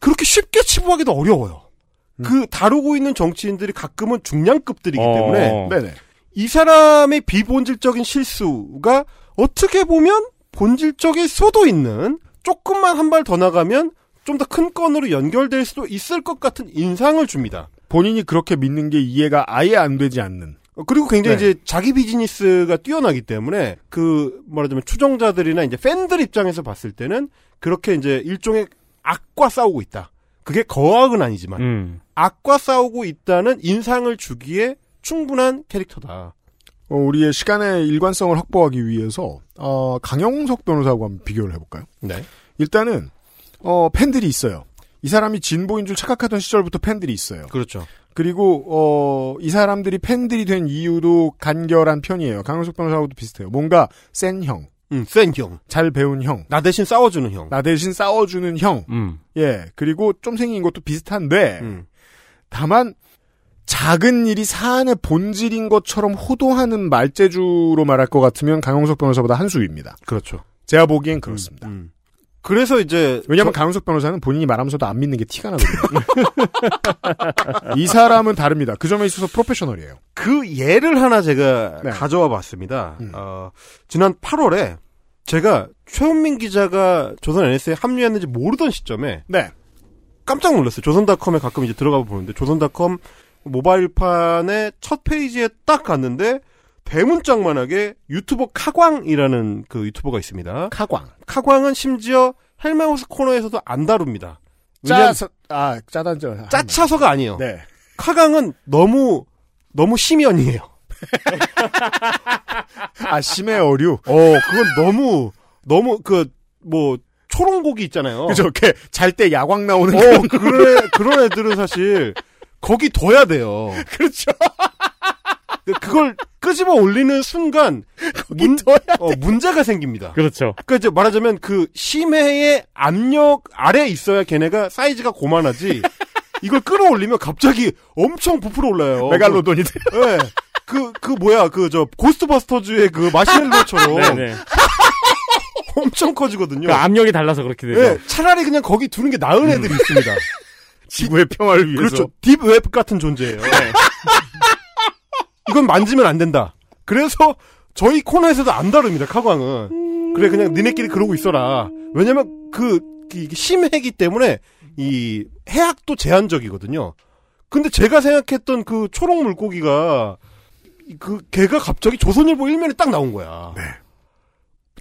S8: 그렇게 쉽게 치부하기도 어려워요. 그 다루고 있는 정치인들이 가끔은 중량급들이기
S4: 음. 어.
S8: 때문에
S3: 네네.
S8: 이 사람의 비본질적인 실수가 어떻게 보면 본질적일 수도 있는 조금만 한 발 더 나가면 좀 더 큰 건으로 연결될 수도 있을 것 같은 인상을 줍니다.
S3: 본인이 그렇게 믿는 게 이해가 아예 안 되지 않는.
S8: 어, 그리고 굉장히
S3: 네.
S8: 이제 자기 비즈니스가 뛰어나기 때문에 그 말하자면 추종자들이나 이제 팬들 입장에서 봤을 때는 그렇게 이제 일종의 악과 싸우고 있다. 그게 거악은 아니지만
S4: 음.
S8: 악과 싸우고 있다는 인상을 주기에 충분한 캐릭터다.
S3: 어, 우리의 시간의 일관성을 확보하기 위해서 어, 강영석 변호사하고 한번 비교를 해볼까요?
S8: 네.
S3: 일단은 어, 팬들이 있어요. 이 사람이 진보인 줄 착각하던 시절부터 팬들이 있어요.
S8: 그렇죠.
S3: 그리고 어, 이 사람들이 팬들이 된 이유도 간결한 편이에요. 강영석 변호사하고도 비슷해요. 뭔가 센 형,
S8: 음, 센 형.
S3: 잘 배운 형,
S8: 나 대신 싸워주는 형.
S3: 나 대신 싸워주는 형,
S4: 음.
S3: 예, 그리고 좀 생긴 것도 비슷한데
S8: 음.
S3: 다만 작은 일이 사안의 본질인 것처럼 호도하는 말재주로 말할 것 같으면 강영석 변호사보다 한 수위입니다.
S8: 그렇죠.
S3: 제가 보기엔 그렇습니다.
S8: 음. 그래서 이제
S3: 왜냐하면 강훈석 변호사는 본인이 말하면서도 안 믿는 게 티가 나거든요. (laughs) 이 사람은 다릅니다. 그 점에 있어서 프로페셔널이에요.
S8: 그 예를 하나 제가
S3: 네.
S8: 가져와 봤습니다.
S3: 음.
S8: 어, 지난 8월에 제가 최훈민 기자가 조선 NS에 합류했는지 모르던 시점에
S3: 네.
S8: 깜짝 놀랐어요. 조선닷컴에 가끔 이제 들어가 보는데 조선닷컴 모바일판의 첫 페이지에 딱 갔는데 대문짝만하게 유튜버 카광이라는 그 유튜버가 있습니다.
S3: 카광.
S8: 카광은 심지어 헬마우스 코너에서도 안 다룹니다.
S3: 짜,
S8: 왜냐면
S3: 아, 짜단절.
S8: 짜차서가 아니에요.
S3: 네.
S8: 카광은 너무 너무 심연이에요.
S3: 아, 심해 어류.
S8: 어, 그건 너무, 너무, 그, 뭐, 초롱고기 있잖아요.
S3: 그죠. 이렇게 잘 때 야광 나오는
S8: 어, (laughs) 그런, 애, 그런 애들은 사실, 거기 둬야 돼요.
S3: 그렇죠.
S8: 근데 그걸 끄집어 올리는 순간 문, 어, 문제가 생깁니다.
S4: 그렇죠.
S8: 그러니까 이제 말하자면 그 심해의 압력 아래 있어야 걔네가 사이즈가 고만하지. 이걸 끌어올리면 갑자기 엄청 부풀어 올라요.
S3: 메갈로돈이 돼.
S8: 그, 네. 그, 그 뭐야, 그 저 고스트버스터즈의 그 마시멜로처럼
S4: 네네.
S8: 엄청 커지거든요.
S4: 그 압력이 달라서 그렇게 되죠. 음.
S8: 네, 차라리 그냥 거기 두는 게 나은
S4: (laughs)
S8: 애들이 있습니다.
S3: 지구의 평화를 위해서.
S8: 그렇죠. 딥웹 같은 존재예요.
S4: 네.
S8: (laughs) 이건 만지면 안 된다. 그래서 저희 코너에서도 안 다룹니다. 카광은. 그래 그냥 니네끼리 그러고 있어라. 왜냐면 그 이게 심해기 때문에 이 해악도 제한적이거든요. 근데 제가 생각했던 그 초록 물고기가 그 걔가 갑자기 조선일보 일면에 딱 나온 거야.
S3: 네.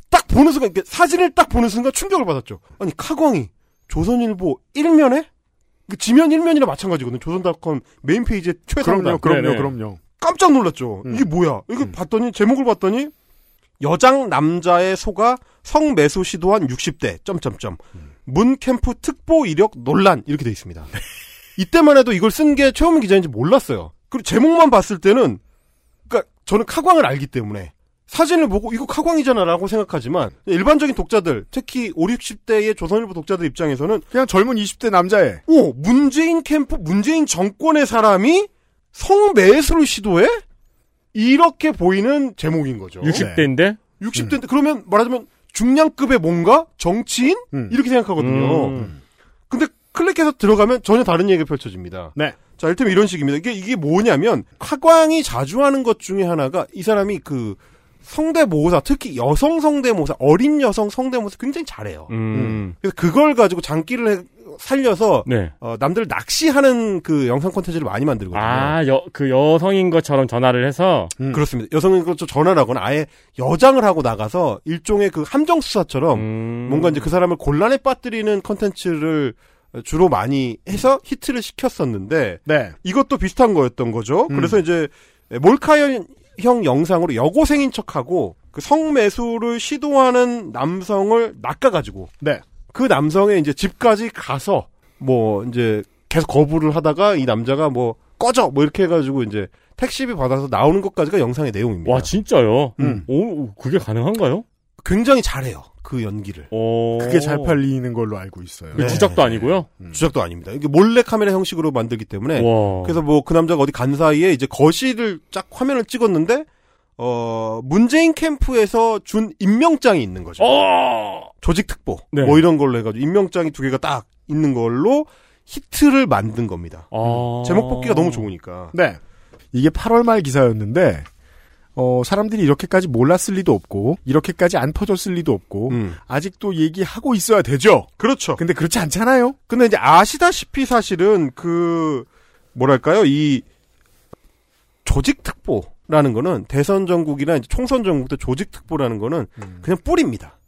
S8: 딱 보는 순간 이렇게 사진을 딱 보는 순간 충격을 받았죠. 아니 카광이 조선일보 일면에 그 지면 일면이나 마찬가지거든요. 조선닷컴 메인 페이지에
S3: 그럼요,
S8: 최상단
S3: 그럼요,
S4: 네네.
S3: 그럼요.
S8: 깜짝 놀랐죠.
S3: 음.
S8: 이게 뭐야? 이거 봤더니 제목을 봤더니 여장 남자의 소가 성매수 시도한 60대 점점점
S3: 음.
S8: 문 캠프 특보 이력 논란 이렇게 돼 있습니다. (laughs) 이때만 해도 이걸 쓴 게 최우민 기자인지 몰랐어요. 그리고 제목만 봤을 때는 그러니까 저는 카광을 알기 때문에 사진을 보고 이거 카광이잖아라고 생각하지만 일반적인 독자들 특히 5, 60대의 조선일보 독자들 입장에서는
S3: 그냥 젊은 20대 남자애.
S8: 오, 문재인 캠프, 문재인 정권의 사람이 성매수를 시도해? 이렇게 보이는 제목인 거죠.
S4: 60대인데?
S8: 60대, 인데 그러면 말하자면 중량급의 뭔가? 정치인?
S3: 음.
S8: 이렇게 생각하거든요.
S4: 음.
S8: 근데 클릭해서 들어가면 전혀 다른 얘기가 펼쳐집니다.
S3: 네.
S8: 자, 일테면 이런 식입니다. 이게, 이게 뭐냐면, 카광이 자주 하는 것 중에 하나가 이 사람이 그 성대모사, 특히 여성 성대모사, 어린 여성 성대모사 굉장히 잘해요.
S4: 음.
S8: 그래서 그걸 가지고 장기를 해- 살려서
S4: 네.
S8: 어, 남들을 낚시하는 그 영상 콘텐츠를 많이 만들거든요.
S4: 아, 여, 그 여성인 것처럼 전화를 해서
S8: 음. 그렇습니다. 여성은 그렇죠. 전화라거나 아예 여장을 하고 나가서 일종의 그 함정 수사처럼
S4: 음.
S8: 뭔가 이제 그 사람을 곤란에 빠뜨리는 콘텐츠를 주로 많이 해서 히트를 시켰었는데
S3: 네.
S8: 이것도 비슷한 거였던 거죠.
S3: 음.
S8: 그래서 이제 몰카형 영상으로 여고생인 척하고 그 성매수를 시도하는 남성을 낚아가지고
S3: 네.
S8: 그 남성의 이제 집까지 가서 뭐 이제 계속 거부를 하다가 이 남자가 뭐 꺼져 뭐 이렇게 해가지고 이제 택시비 받아서 나오는 것까지가 영상의 내용입니다.
S4: 와, 진짜요?
S8: 음.
S4: 오, 그게 가능한가요?
S8: 굉장히 잘해요 그 연기를.
S4: 오.
S3: 그게 잘 팔리는 걸로 알고 있어요.
S4: 그 주작도 아니고요.
S8: 주작도 아닙니다. 이게 몰래 카메라 형식으로 만들기 때문에
S4: 와.
S8: 그래서 뭐 그 남자가 어디 간 사이에 이제 거실을 쫙 화면을 찍었는데 어 문재인 캠프에서 준 임명장이 있는 거죠.
S4: 어.
S8: 조직 특보
S4: 네.
S8: 뭐 이런 걸로 해가지고 임명장이 두 개가 딱 있는 걸로 히트를 만든 겁니다.
S4: 아.
S8: 제목 뽑기가 너무 좋으니까.
S3: 네. 이게 8월 말 기사였는데 어, 사람들이 이렇게까지 몰랐을 리도 없고 이렇게까지 안 퍼졌을 리도 없고
S8: 음.
S3: 아직도 얘기하고 있어야 되죠.
S8: 그렇죠.
S3: 근데 그렇지 않잖아요.
S8: 근데 이제 아시다시피 사실은 그 뭐랄까요 이 조직 특보라는 거는 대선 전국이나 이제 총선 전국 때 조직 특보라는 거는 그냥 뿌립니다.
S3: 음.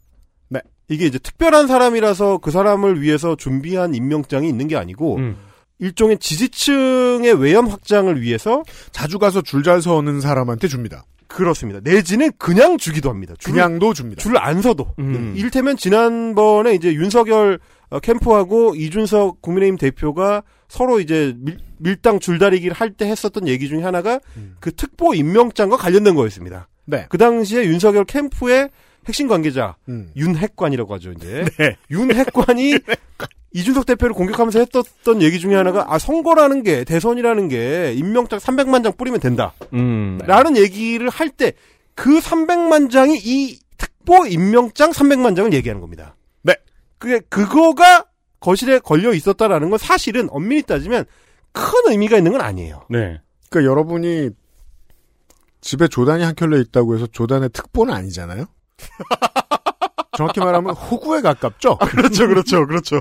S3: 네.
S8: 이게 이제 특별한 사람이라서 그 사람을 위해서 준비한 임명장이 있는 게 아니고
S4: 음.
S8: 일종의 지지층의 외연 확장을 위해서
S3: 자주 가서 줄 잘 서는 사람한테 줍니다.
S8: 그렇습니다. 내지는 그냥 주기도 합니다. 줄을-
S3: 그냥도 줍니다.
S8: 줄 안 서도.
S4: 음.
S8: 이를테면 지난번에 이제 윤석열 어, 캠프하고 이준석 국민의힘 대표가 서로 이제 밀, 당 줄다리기를 할 때 했었던 얘기 중에 하나가 그 특보 임명장과 관련된 거였습니다.
S3: 네.
S8: 그 당시에 윤석열 캠프의 핵심 관계자
S3: 음.
S8: 윤핵관이라고 하죠 이제 윤핵관이 이준석 대표를 공격하면서 했었던 얘기 중에 하나가 아 선거라는 게 대선이라는 게 임명장 300만 장 뿌리면 된다.
S4: 음.
S3: 네.
S8: 라는 얘기를 할 때, 그 300만 장이 이 특보 임명장 300만 장을 얘기하는 겁니다.
S3: 네.
S8: 그게, 그거가 거실에 걸려 있었다라는 건 사실은 엄밀히 따지면 큰 의미가 있는 건 아니에요.
S4: 네.
S3: 그러니까 여러분이 집에 조단이 한 켤레 있다고 해서 조단의 특보는 아니잖아요. (laughs) 정확히 말하면 호구에 가깝죠.
S8: 그렇죠, 그렇죠, 그렇죠.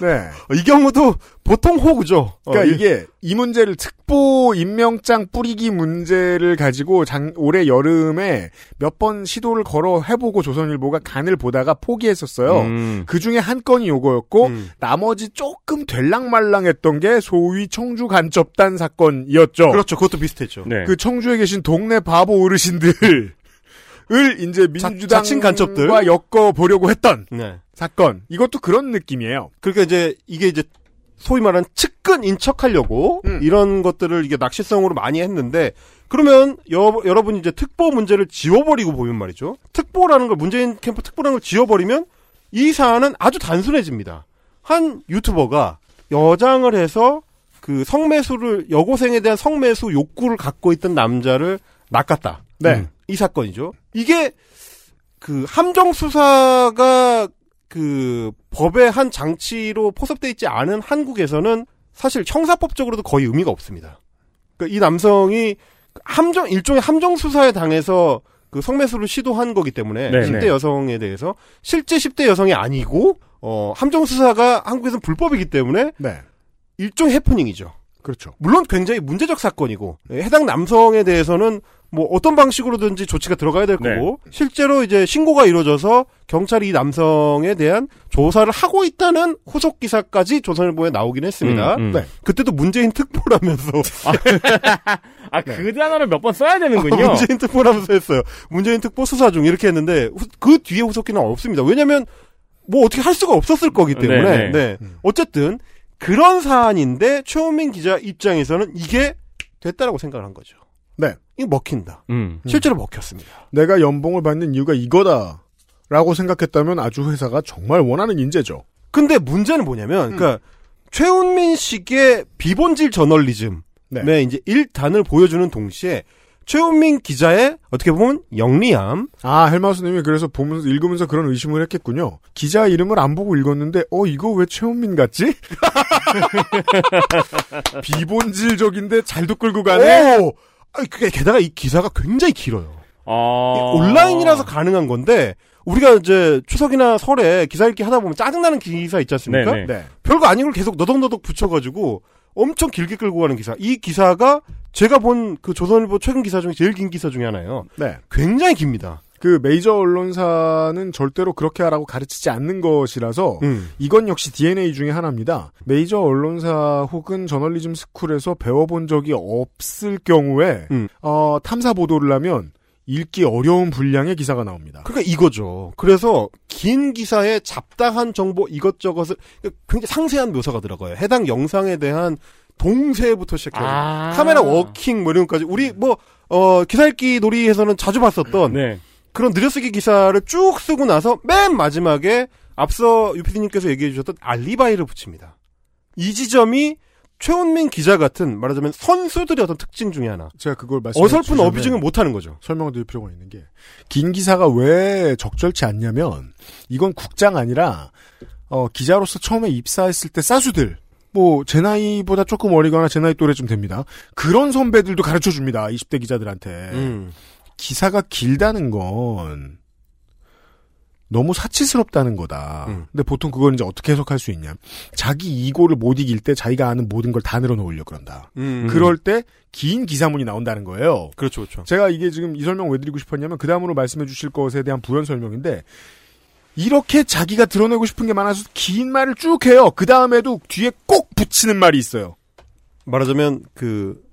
S3: 네.
S8: 이 경우도 보통 호구죠.
S3: 그러니까
S8: 어, 이-
S3: 이게 이 문제를 특보 임명장 뿌리기 문제를 가지고 장- 올해 여름에 몇 번 시도를 걸어 해보고 조선일보가 간을 보다가 포기했었어요.
S4: 음.
S3: 그 중에 한 건이 요거였고
S8: 음.
S3: 나머지 조금 될랑말랑했던 게 소위 청주 간접단 사건이었죠.
S8: 그렇죠. 그것도 비슷했죠.
S4: 네.
S3: 그 청주에 계신 동네 바보
S8: (laughs)
S3: 어르신들. 을 이제 민주당과
S8: 자칭 간첩들.
S3: 엮어 보려고 했던
S8: 네.
S3: 사건 이것도 그런 느낌이에요.
S8: 그러니까 이제 이게 이제 소위 말하는 측근인 척하려고
S3: 음.
S8: 이런 것들을 이게 낚시성으로 많이 했는데 그러면 여, 여러분이 이제 특보 문제를 지워버리고 보면 말이죠. 특보라는 걸 문재인 캠프 특보라는 걸 지워버리면 이 사안은 아주 단순해집니다. 한 유튜버가 여장을 해서 그 성매수를 여고생에 대한 성매수 욕구를 갖고 있던 남자를 낚았다. 음.
S3: 네.
S8: 이 사건이죠. 이게 그 함정 수사가 그 법의 한 장치로 포섭돼 있지 않은 한국에서는 사실 형사법적으로도 거의 의미가 없습니다. 그러니까 이 남성이 함정 일종의 함정 수사에 당해서 그 성매수를 시도한 거기 때문에
S4: 네,
S8: 10대
S4: 네.
S8: 여성에 대해서 실제 10대 여성이 아니고 어 함정 수사가 한국에서는 불법이기 때문에
S3: 네.
S8: 일종의 해프닝이죠.
S3: 그렇죠.
S8: 물론 굉장히 문제적 사건이고 예, 해당 남성에 대해서는 뭐 어떤 방식으로든지 조치가 들어가야 될
S4: 네.
S8: 거고 실제로 이제 신고가 이루어져서 경찰이 이 남성에 대한 조사를 하고 있다는 후속 기사까지 조선일보에 나오긴 했습니다.
S4: 음, 음.
S3: 네.
S8: 그때도 문재인 특보라면서
S4: (laughs) 아
S3: 네.
S4: 그 단어를 몇 번 써야
S3: 아,
S4: 되는군요.
S8: 아, 문재인 특보라면서 했어요. 문재인 특보 수사 중 이렇게 했는데 후- 그 뒤에 후속기는 없습니다. 왜냐하면 뭐 어떻게 할 수가 없었을 거기 때문에
S4: 네, 네.
S8: 네. 어쨌든 그런 사안인데 최호민 기자 입장에서는 이게 됐다라고 생각을 한 거죠.
S3: 네.
S8: 이거 먹힌다.
S4: 음.
S8: 실제로 먹혔습니다.
S3: 내가 연봉을 받는 이유가 이거다. 라고 생각했다면 아주 회사가 정말 원하는 인재죠.
S8: 근데 문제는 뭐냐면,
S3: 음.
S8: 그러니까 최훈민 식의 비본질 저널리즘의
S3: 네.
S8: 이제 일단을 보여주는 동시에 최훈민 기자의 어떻게 보면 영리함,
S3: 아, 헬마우스님이 그래서 보면서, 읽으면서 그런 의심을 했겠군요. 기자 이름을 안 보고 읽었는데, 어, 이거 왜 최원민 같지? (laughs) 비본질적인데 잘도 끌고 가네?
S8: 오! 아니, 그게 게다가 이 기사가 굉장히 길어요.
S4: 아...
S8: 이 예, 온라인이라서 가능한 건데 우리가 이제 추석이나 설에 기사 읽기 하다 보면 짜증나는 기사 있지 않습니까?
S4: 네네.
S3: 네.
S8: 별거 아닌 걸 계속 너덕너덕 붙여가지고 엄청 길게 끌고 가는 기사. 이 기사가 제가 본 그 조선일보 최근 기사 중에 제일 긴 기사 중에 하나예요.
S3: 네.
S8: 굉장히 깁니다.
S3: 그 메이저 언론사는 절대로 그렇게 하라고 가르치지 않는 것이라서,
S8: 음.
S3: 이건 역시 DNA 중에 하나입니다. 메이저 언론사 혹은 저널리즘 스쿨에서 배워본 적이 없을 경우에
S8: 음.
S3: 어, 탐사 보도를 하면 읽기 어려운 분량의 기사가 나옵니다.
S8: 그러니까 이거죠. 그래서 긴 기사에 잡다한 정보 이것저것을 그러니까 굉장히 상세한 묘사가 들어가요. 해당 영상에 대한 동세부터 시작해서
S4: 아.
S8: 카메라 워킹 뭐 이런 것까지 우리 뭐 어 기사 읽기 놀이에서는 자주 봤었던
S4: 네.
S8: 그런 느려쓰기 기사를 쭉 쓰고 나서 맨 마지막에 앞서 유피디님께서 얘기해 주셨던 알리바이를 붙입니다. 이 지점이 최훈민 기자 같은 말하자면 선수들의 어떤 특징 중에 하나.
S3: 제가 그걸 말씀
S8: 어설픈 어뷰징을 못하는 거죠.
S3: 설명을 드릴 필요가 있는 게 긴 기사가 왜 적절치 않냐면 이건 국장 아니라 어, 기자로서 처음에 입사했을 때 싸수들 뭐 제 나이보다 조금 어리거나 제 나이 또래쯤 됩니다. 그런 선배들도 가르쳐 줍니다. 20대 기자들한테.
S8: 음.
S3: 기사가 길다는 건 너무 사치스럽다는 거다.
S8: 음.
S3: 근데 보통 그걸 이제 어떻게 해석할 수 있냐? 자기 이고를 못 이길 때 자기가 아는 모든 걸 다 늘어놓으려 그런다.
S8: 음.
S3: 그럴 때 긴 기사문이 나온다는 거예요.
S8: 그렇죠, 그렇죠.
S3: 제가 이게 지금 이 설명 왜 드리고 싶었냐면 그 다음으로 말씀해 주실 것에 대한 부연 설명인데 이렇게 자기가 드러내고 싶은 게 많아서 긴 말을 쭉 해요. 그 다음에도 뒤에 꼭 붙이는 말이 있어요.
S8: 말하자면 그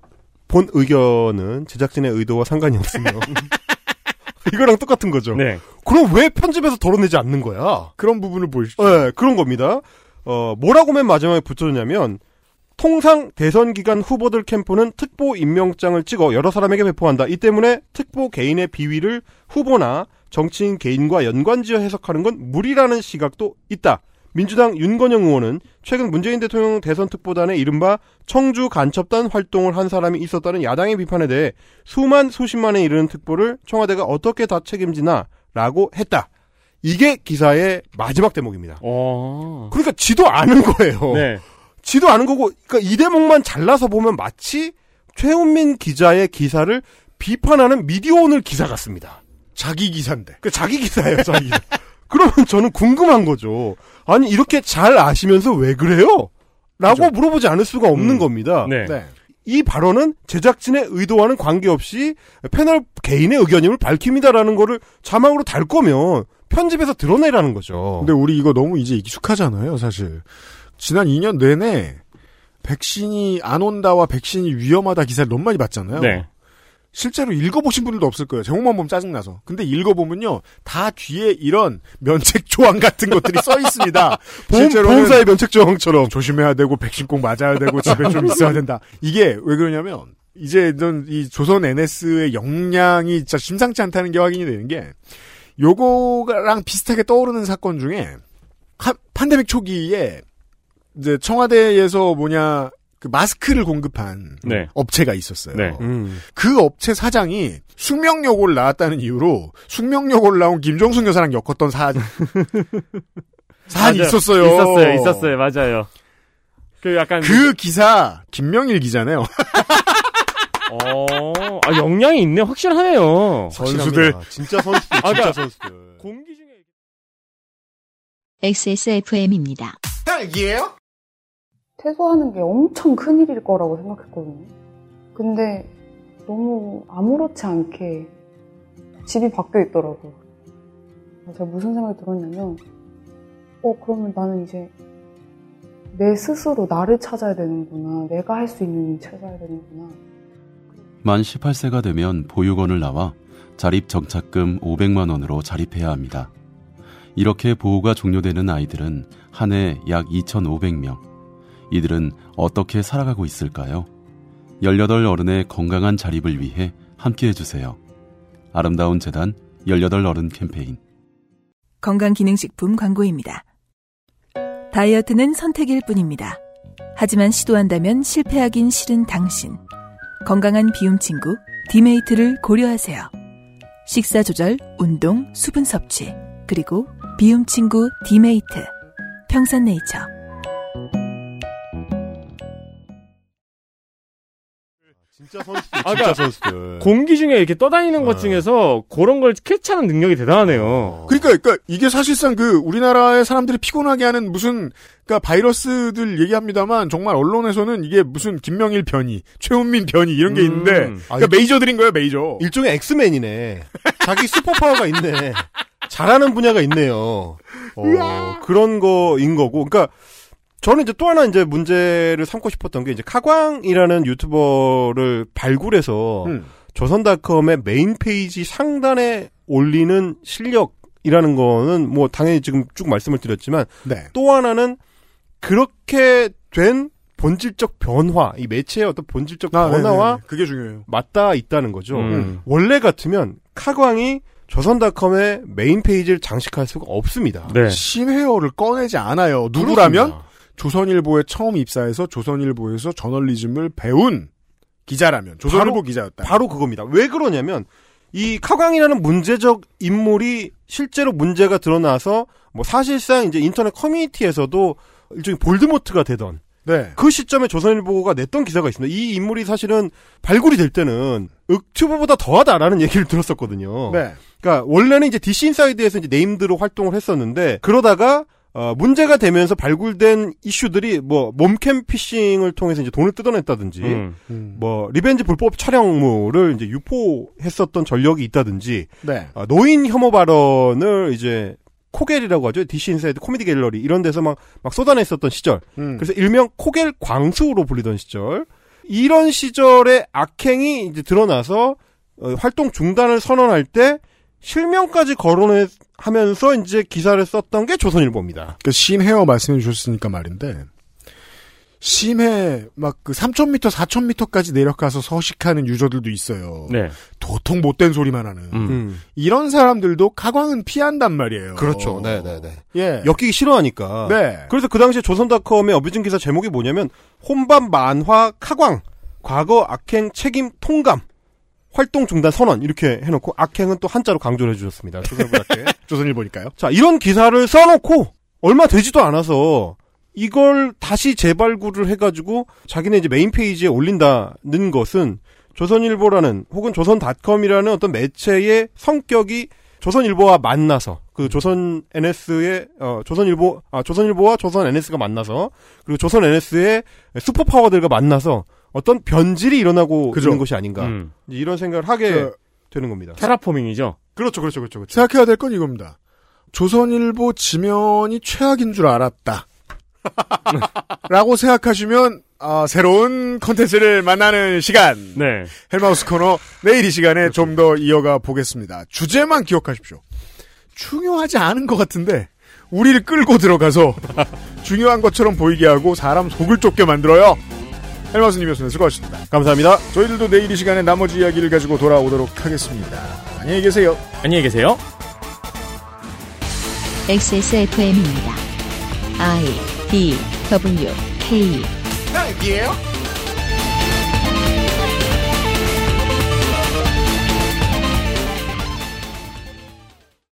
S8: 본 의견은 제작진의 의도와 상관이 (laughs) 없으며 이거랑 똑같은 거죠.
S4: 네.
S8: 그럼 왜 편집에서 덜어내지 않는 거야?
S3: 그런 부분을 보시죠.
S8: 네, 그런 겁니다. 어, 뭐라고 맨 마지막에 붙여줬냐면, 통상 대선 기간 후보들 캠프는 특보 임명장을 찍어 여러 사람에게 배포한다. 이 때문에 특보 개인의 비위를 후보나 정치인 개인과 연관지어 해석하는 건 무리라는 시각도 있다. 민주당 윤건영 의원은 최근 문재인 대통령 대선 특보단의 이른바 청주 간첩단 활동을 한 사람이 있었다는 야당의 비판에 대해 수만 수십만에 이르는 특보를 청와대가 어떻게 다 책임지나라고 했다. 이게 기사의 마지막 대목입니다.
S4: 어.
S8: 그러니까 지도 아는 거예요.
S3: 어.
S4: 네.
S8: 지도 아는 거고, 그러니까 이 대목만 잘라서 보면 마치 최훈민 기자의 기사를 비판하는 미디어 오늘 기사 같습니다.
S3: 자기 기사인데.
S8: 그 자기 기사예요, 자기 (laughs) 기사. 그러면 저는 궁금한 거죠. 아니 이렇게 잘 아시면서 왜 그래요? 라고 물어보지 않을 수가 없는
S4: 음.
S8: 겁니다.
S4: 네.
S3: 네.
S8: 이 발언은 제작진의 의도와는 관계없이 패널 개인의 의견임을 밝힙니다라는 거를 자막으로 달 거면 편집에서 드러내라는 거죠.
S3: 근데 우리 이거 너무 이제 익숙하잖아요, 사실. 지난 2년 내내 백신이 안 온다와 백신이 위험하다 기사를 너무 많이 봤잖아요.
S4: 네.
S3: 실제로 읽어보신 분들도 없을 거예요. 제목만 보면 짜증나서. 근데 읽어보면요. 다 뒤에 이런 면책 조항 같은 것들이 써
S8: (laughs)
S3: 있습니다.
S8: 보험,
S3: 실제로는
S8: 보험사의 면책 조항처럼
S3: 조심해야 되고, 백신 꼭 맞아야 되고, 집에 좀 있어야 된다. 이게 왜 그러냐면, 이제 넌 이 조선 NS의 역량이 진짜 심상치 않다는 게 확인이 되는 게 요거랑 비슷하게 떠오르는 사건 중에 카- 팬데믹 초기에 이제 청와대에서 뭐냐 그 마스크를 공급한
S4: 네.
S3: 업체가 있었어요.
S4: 네.
S8: 음.
S3: 그 업체 사장이 숙명여고를 나왔다는 이유로 숙명여고를 나온 김종순 여사랑 엮었던 사 사안이
S4: 맞아요.
S3: 있었어요.
S4: 있었어요, 있었어요, 맞아요. 그 약간
S3: 그 기사 김명일 기자네요.
S4: 어, 아, 역량이 있네, 확실하네요.
S3: 선수들.
S8: 확실합니다. 진짜 선수들,
S4: 아, 그러니까-
S8: 진짜 선수들.
S4: 공기 중에
S1: XSFM입니다.
S2: 헬기예요?
S10: 퇴소하는 게 엄청 큰일일 거라고 생각했거든요. 근데 너무 아무렇지 않게 집이 바뀌어 있더라고요. 제가 무슨 생각이 들었냐면, 어, 그러면 나는 이제 내 스스로 나를 찾아야 되는구나. 내가 할 수 있는 일 찾아야 되는구나.
S9: 만 18세가 되면 보육원을 나와 자립 정착금 500만 원으로 자립해야 합니다. 이렇게 보호가 종료되는 아이들은 한 해 약 2,500명. 이들은 어떻게 살아가고 있을까요? 18 어른의 건강한 자립을 위해 함께 해주세요. 아름다운 재단 18 어른 캠페인.
S7: 건강기능식품 광고입니다. 다이어트는 선택일 뿐입니다. 하지만 시도한다면 실패하긴 싫은 당신. 건강한 비움 친구, 디메이트를 고려하세요. 식사 조절, 운동, 수분 섭취, 그리고 비움 친구 디메이트. 평산네이처.
S8: 진짜 선수들,
S4: 아,
S8: 진짜
S4: 그러니까
S3: 네.
S8: 선수들.
S4: 공기 중에 이렇게 떠다니는 것 중에서 그런 걸 캐치하는 능력이 대단하네요.
S8: 어.
S3: 그러니까, 그러니까 이게 사실상 그 우리나라의 사람들이 피곤하게 하는 무슨 그러니까 바이러스들 얘기합니다만 정말 언론에서는 이게 무슨 김명일 변이, 최훈민 변이 이런 게
S4: 음.
S3: 있는데
S8: 아,
S3: 그러니까 메이저들인 거예요 메이저.
S8: 일종의 엑스맨이네. 자기 슈퍼파워가 있네. 잘하는 분야가 있네요. 어, 그런 거인 거고. 그러니까 저는 이제 또 하나 이제 문제를 삼고 싶었던 게 이제 카광이라는 유튜버를 발굴해서
S3: 음.
S8: 조선닷컴의 메인 페이지 상단에 올리는 실력이라는 거는 뭐 당연히 지금 쭉 말씀을 드렸지만
S3: 네.
S8: 또 하나는 그렇게 된 본질적 변화, 이 매체의 어떤 본질적
S3: 아,
S8: 변화와
S3: 네네네. 그게 중요해요.
S8: 맞닿아 있다는 거죠.
S4: 음.
S8: 원래 같으면 카광이 조선닷컴의 메인 페이지를 장식할 수가 없습니다.
S3: 아,
S4: 네.
S3: 신해어를 꺼내지 않아요. 누구라면
S8: 그렇습니다.
S3: 조선일보에 처음 입사해서 조선일보에서 저널리즘을 배운 기자라면 조선일보 기자였다.
S8: 바로 그겁니다. 왜 그러냐면 이 카광이라는 문제적 인물이 실제로 문제가 드러나서 뭐 사실상 이제 인터넷 커뮤니티에서도 일종의 볼드모트가 되던
S3: 네.
S8: 그 시점에 조선일보가 냈던 기사가 있습니다. 이 인물이 사실은 발굴이 될 때는 윽튜브보다 더하다라는 얘기를 들었었거든요.
S3: 네.
S8: 그러니까 원래는 이제 DC 인사이드에서 이제 네임드로 활동을 했었는데 그러다가 어, 문제가 되면서 발굴된 이슈들이 뭐 몸캠 피싱을 통해서 이제 돈을 뜯어냈다든지
S4: 음.
S3: 음.
S8: 뭐 리벤지 불법 촬영물을 이제 유포했었던 전력이 있다든지
S3: 네.
S8: 아, 노인 혐오 발언을 이제 코겔이라고 하죠 DC 인사이드 코미디 갤러리 이런 데서 막 막 쏟아냈었던 시절
S3: 음.
S8: 그래서 일명 코겔 광수로 불리던 시절 이런 시절의 악행이 이제 드러나서 어, 활동 중단을 선언할 때 실명까지 거론하면서 이제 기사를 썼던 게 조선일보입니다.
S3: 그 심해어 말씀해 주셨으니까 말인데 심해 막 그 3,000m, 4,000m까지 내려가서 서식하는 유저들도 있어요.
S4: 네.
S3: 도통 못된 소리만 하는
S4: 음.
S3: 이런 사람들도 가광은 피한단 말이에요.
S8: 그렇죠. 네, 네, 네.
S3: 예.
S8: 엮이기 싫어하니까.
S3: 네.
S8: 그래서 그 당시에 조선닷컴의 어뷰진 기사 제목이 뭐냐면 혼밥 만화 카광 과거 악행 책임 통감 활동 중단 선언 이렇게 해놓고 악행은 또 한자로 강조를 해주셨습니다.
S3: (laughs)
S8: 조선일보한테.
S3: 조선일보니까요.
S8: 자, 이런 기사를 써놓고 얼마 되지도 않아서 이걸 다시 재발굴을 해가지고 자기네 이제 메인 페이지에 올린다는 것은 조선일보라는 혹은 조선닷컴이라는 어떤 매체의 성격이 조선일보와 만나서 그 조선 NS의 어 조선일보 아 조선일보와 조선 NS가 만나서 그리고 조선 NS의 슈퍼파워들과 만나서 어떤 변질이 일어나고
S3: 그죠.
S8: 있는 것이 아닌가
S3: 그러니까
S4: 음.
S8: 이제 이런 생각을 하게
S3: 그-
S8: 되는 겁니다.
S4: 테라포밍이죠.
S8: 그렇죠, 그렇죠, 그렇죠, 그렇죠.
S3: 생각해야 될 건 이겁니다. 조선일보 지면이 최악인 줄 알았다. (laughs) 라고 생각하시면 아, 새로운 컨텐츠를 만나는 시간
S4: 네.
S3: 헬마우스 코너 내일 이 시간에 좀 더 이어가 보겠습니다. 주제만 기억하십시오. 중요하지 않은 것 같은데 우리를 (laughs) 끌고 들어가서 중요한 것처럼 보이게 하고 사람 속을 좁게 만들어요. 헬마우스님이었습니다. 수고하셨습니다.
S11: 감사합니다.
S3: 저희들도 내일 이 시간에 나머지 이야기를 가지고 돌아오도록 하겠습니다. 안녕히 계세요.
S4: 안녕히 계세요.
S1: XSFM입니다. I D W K
S12: 딸기예요?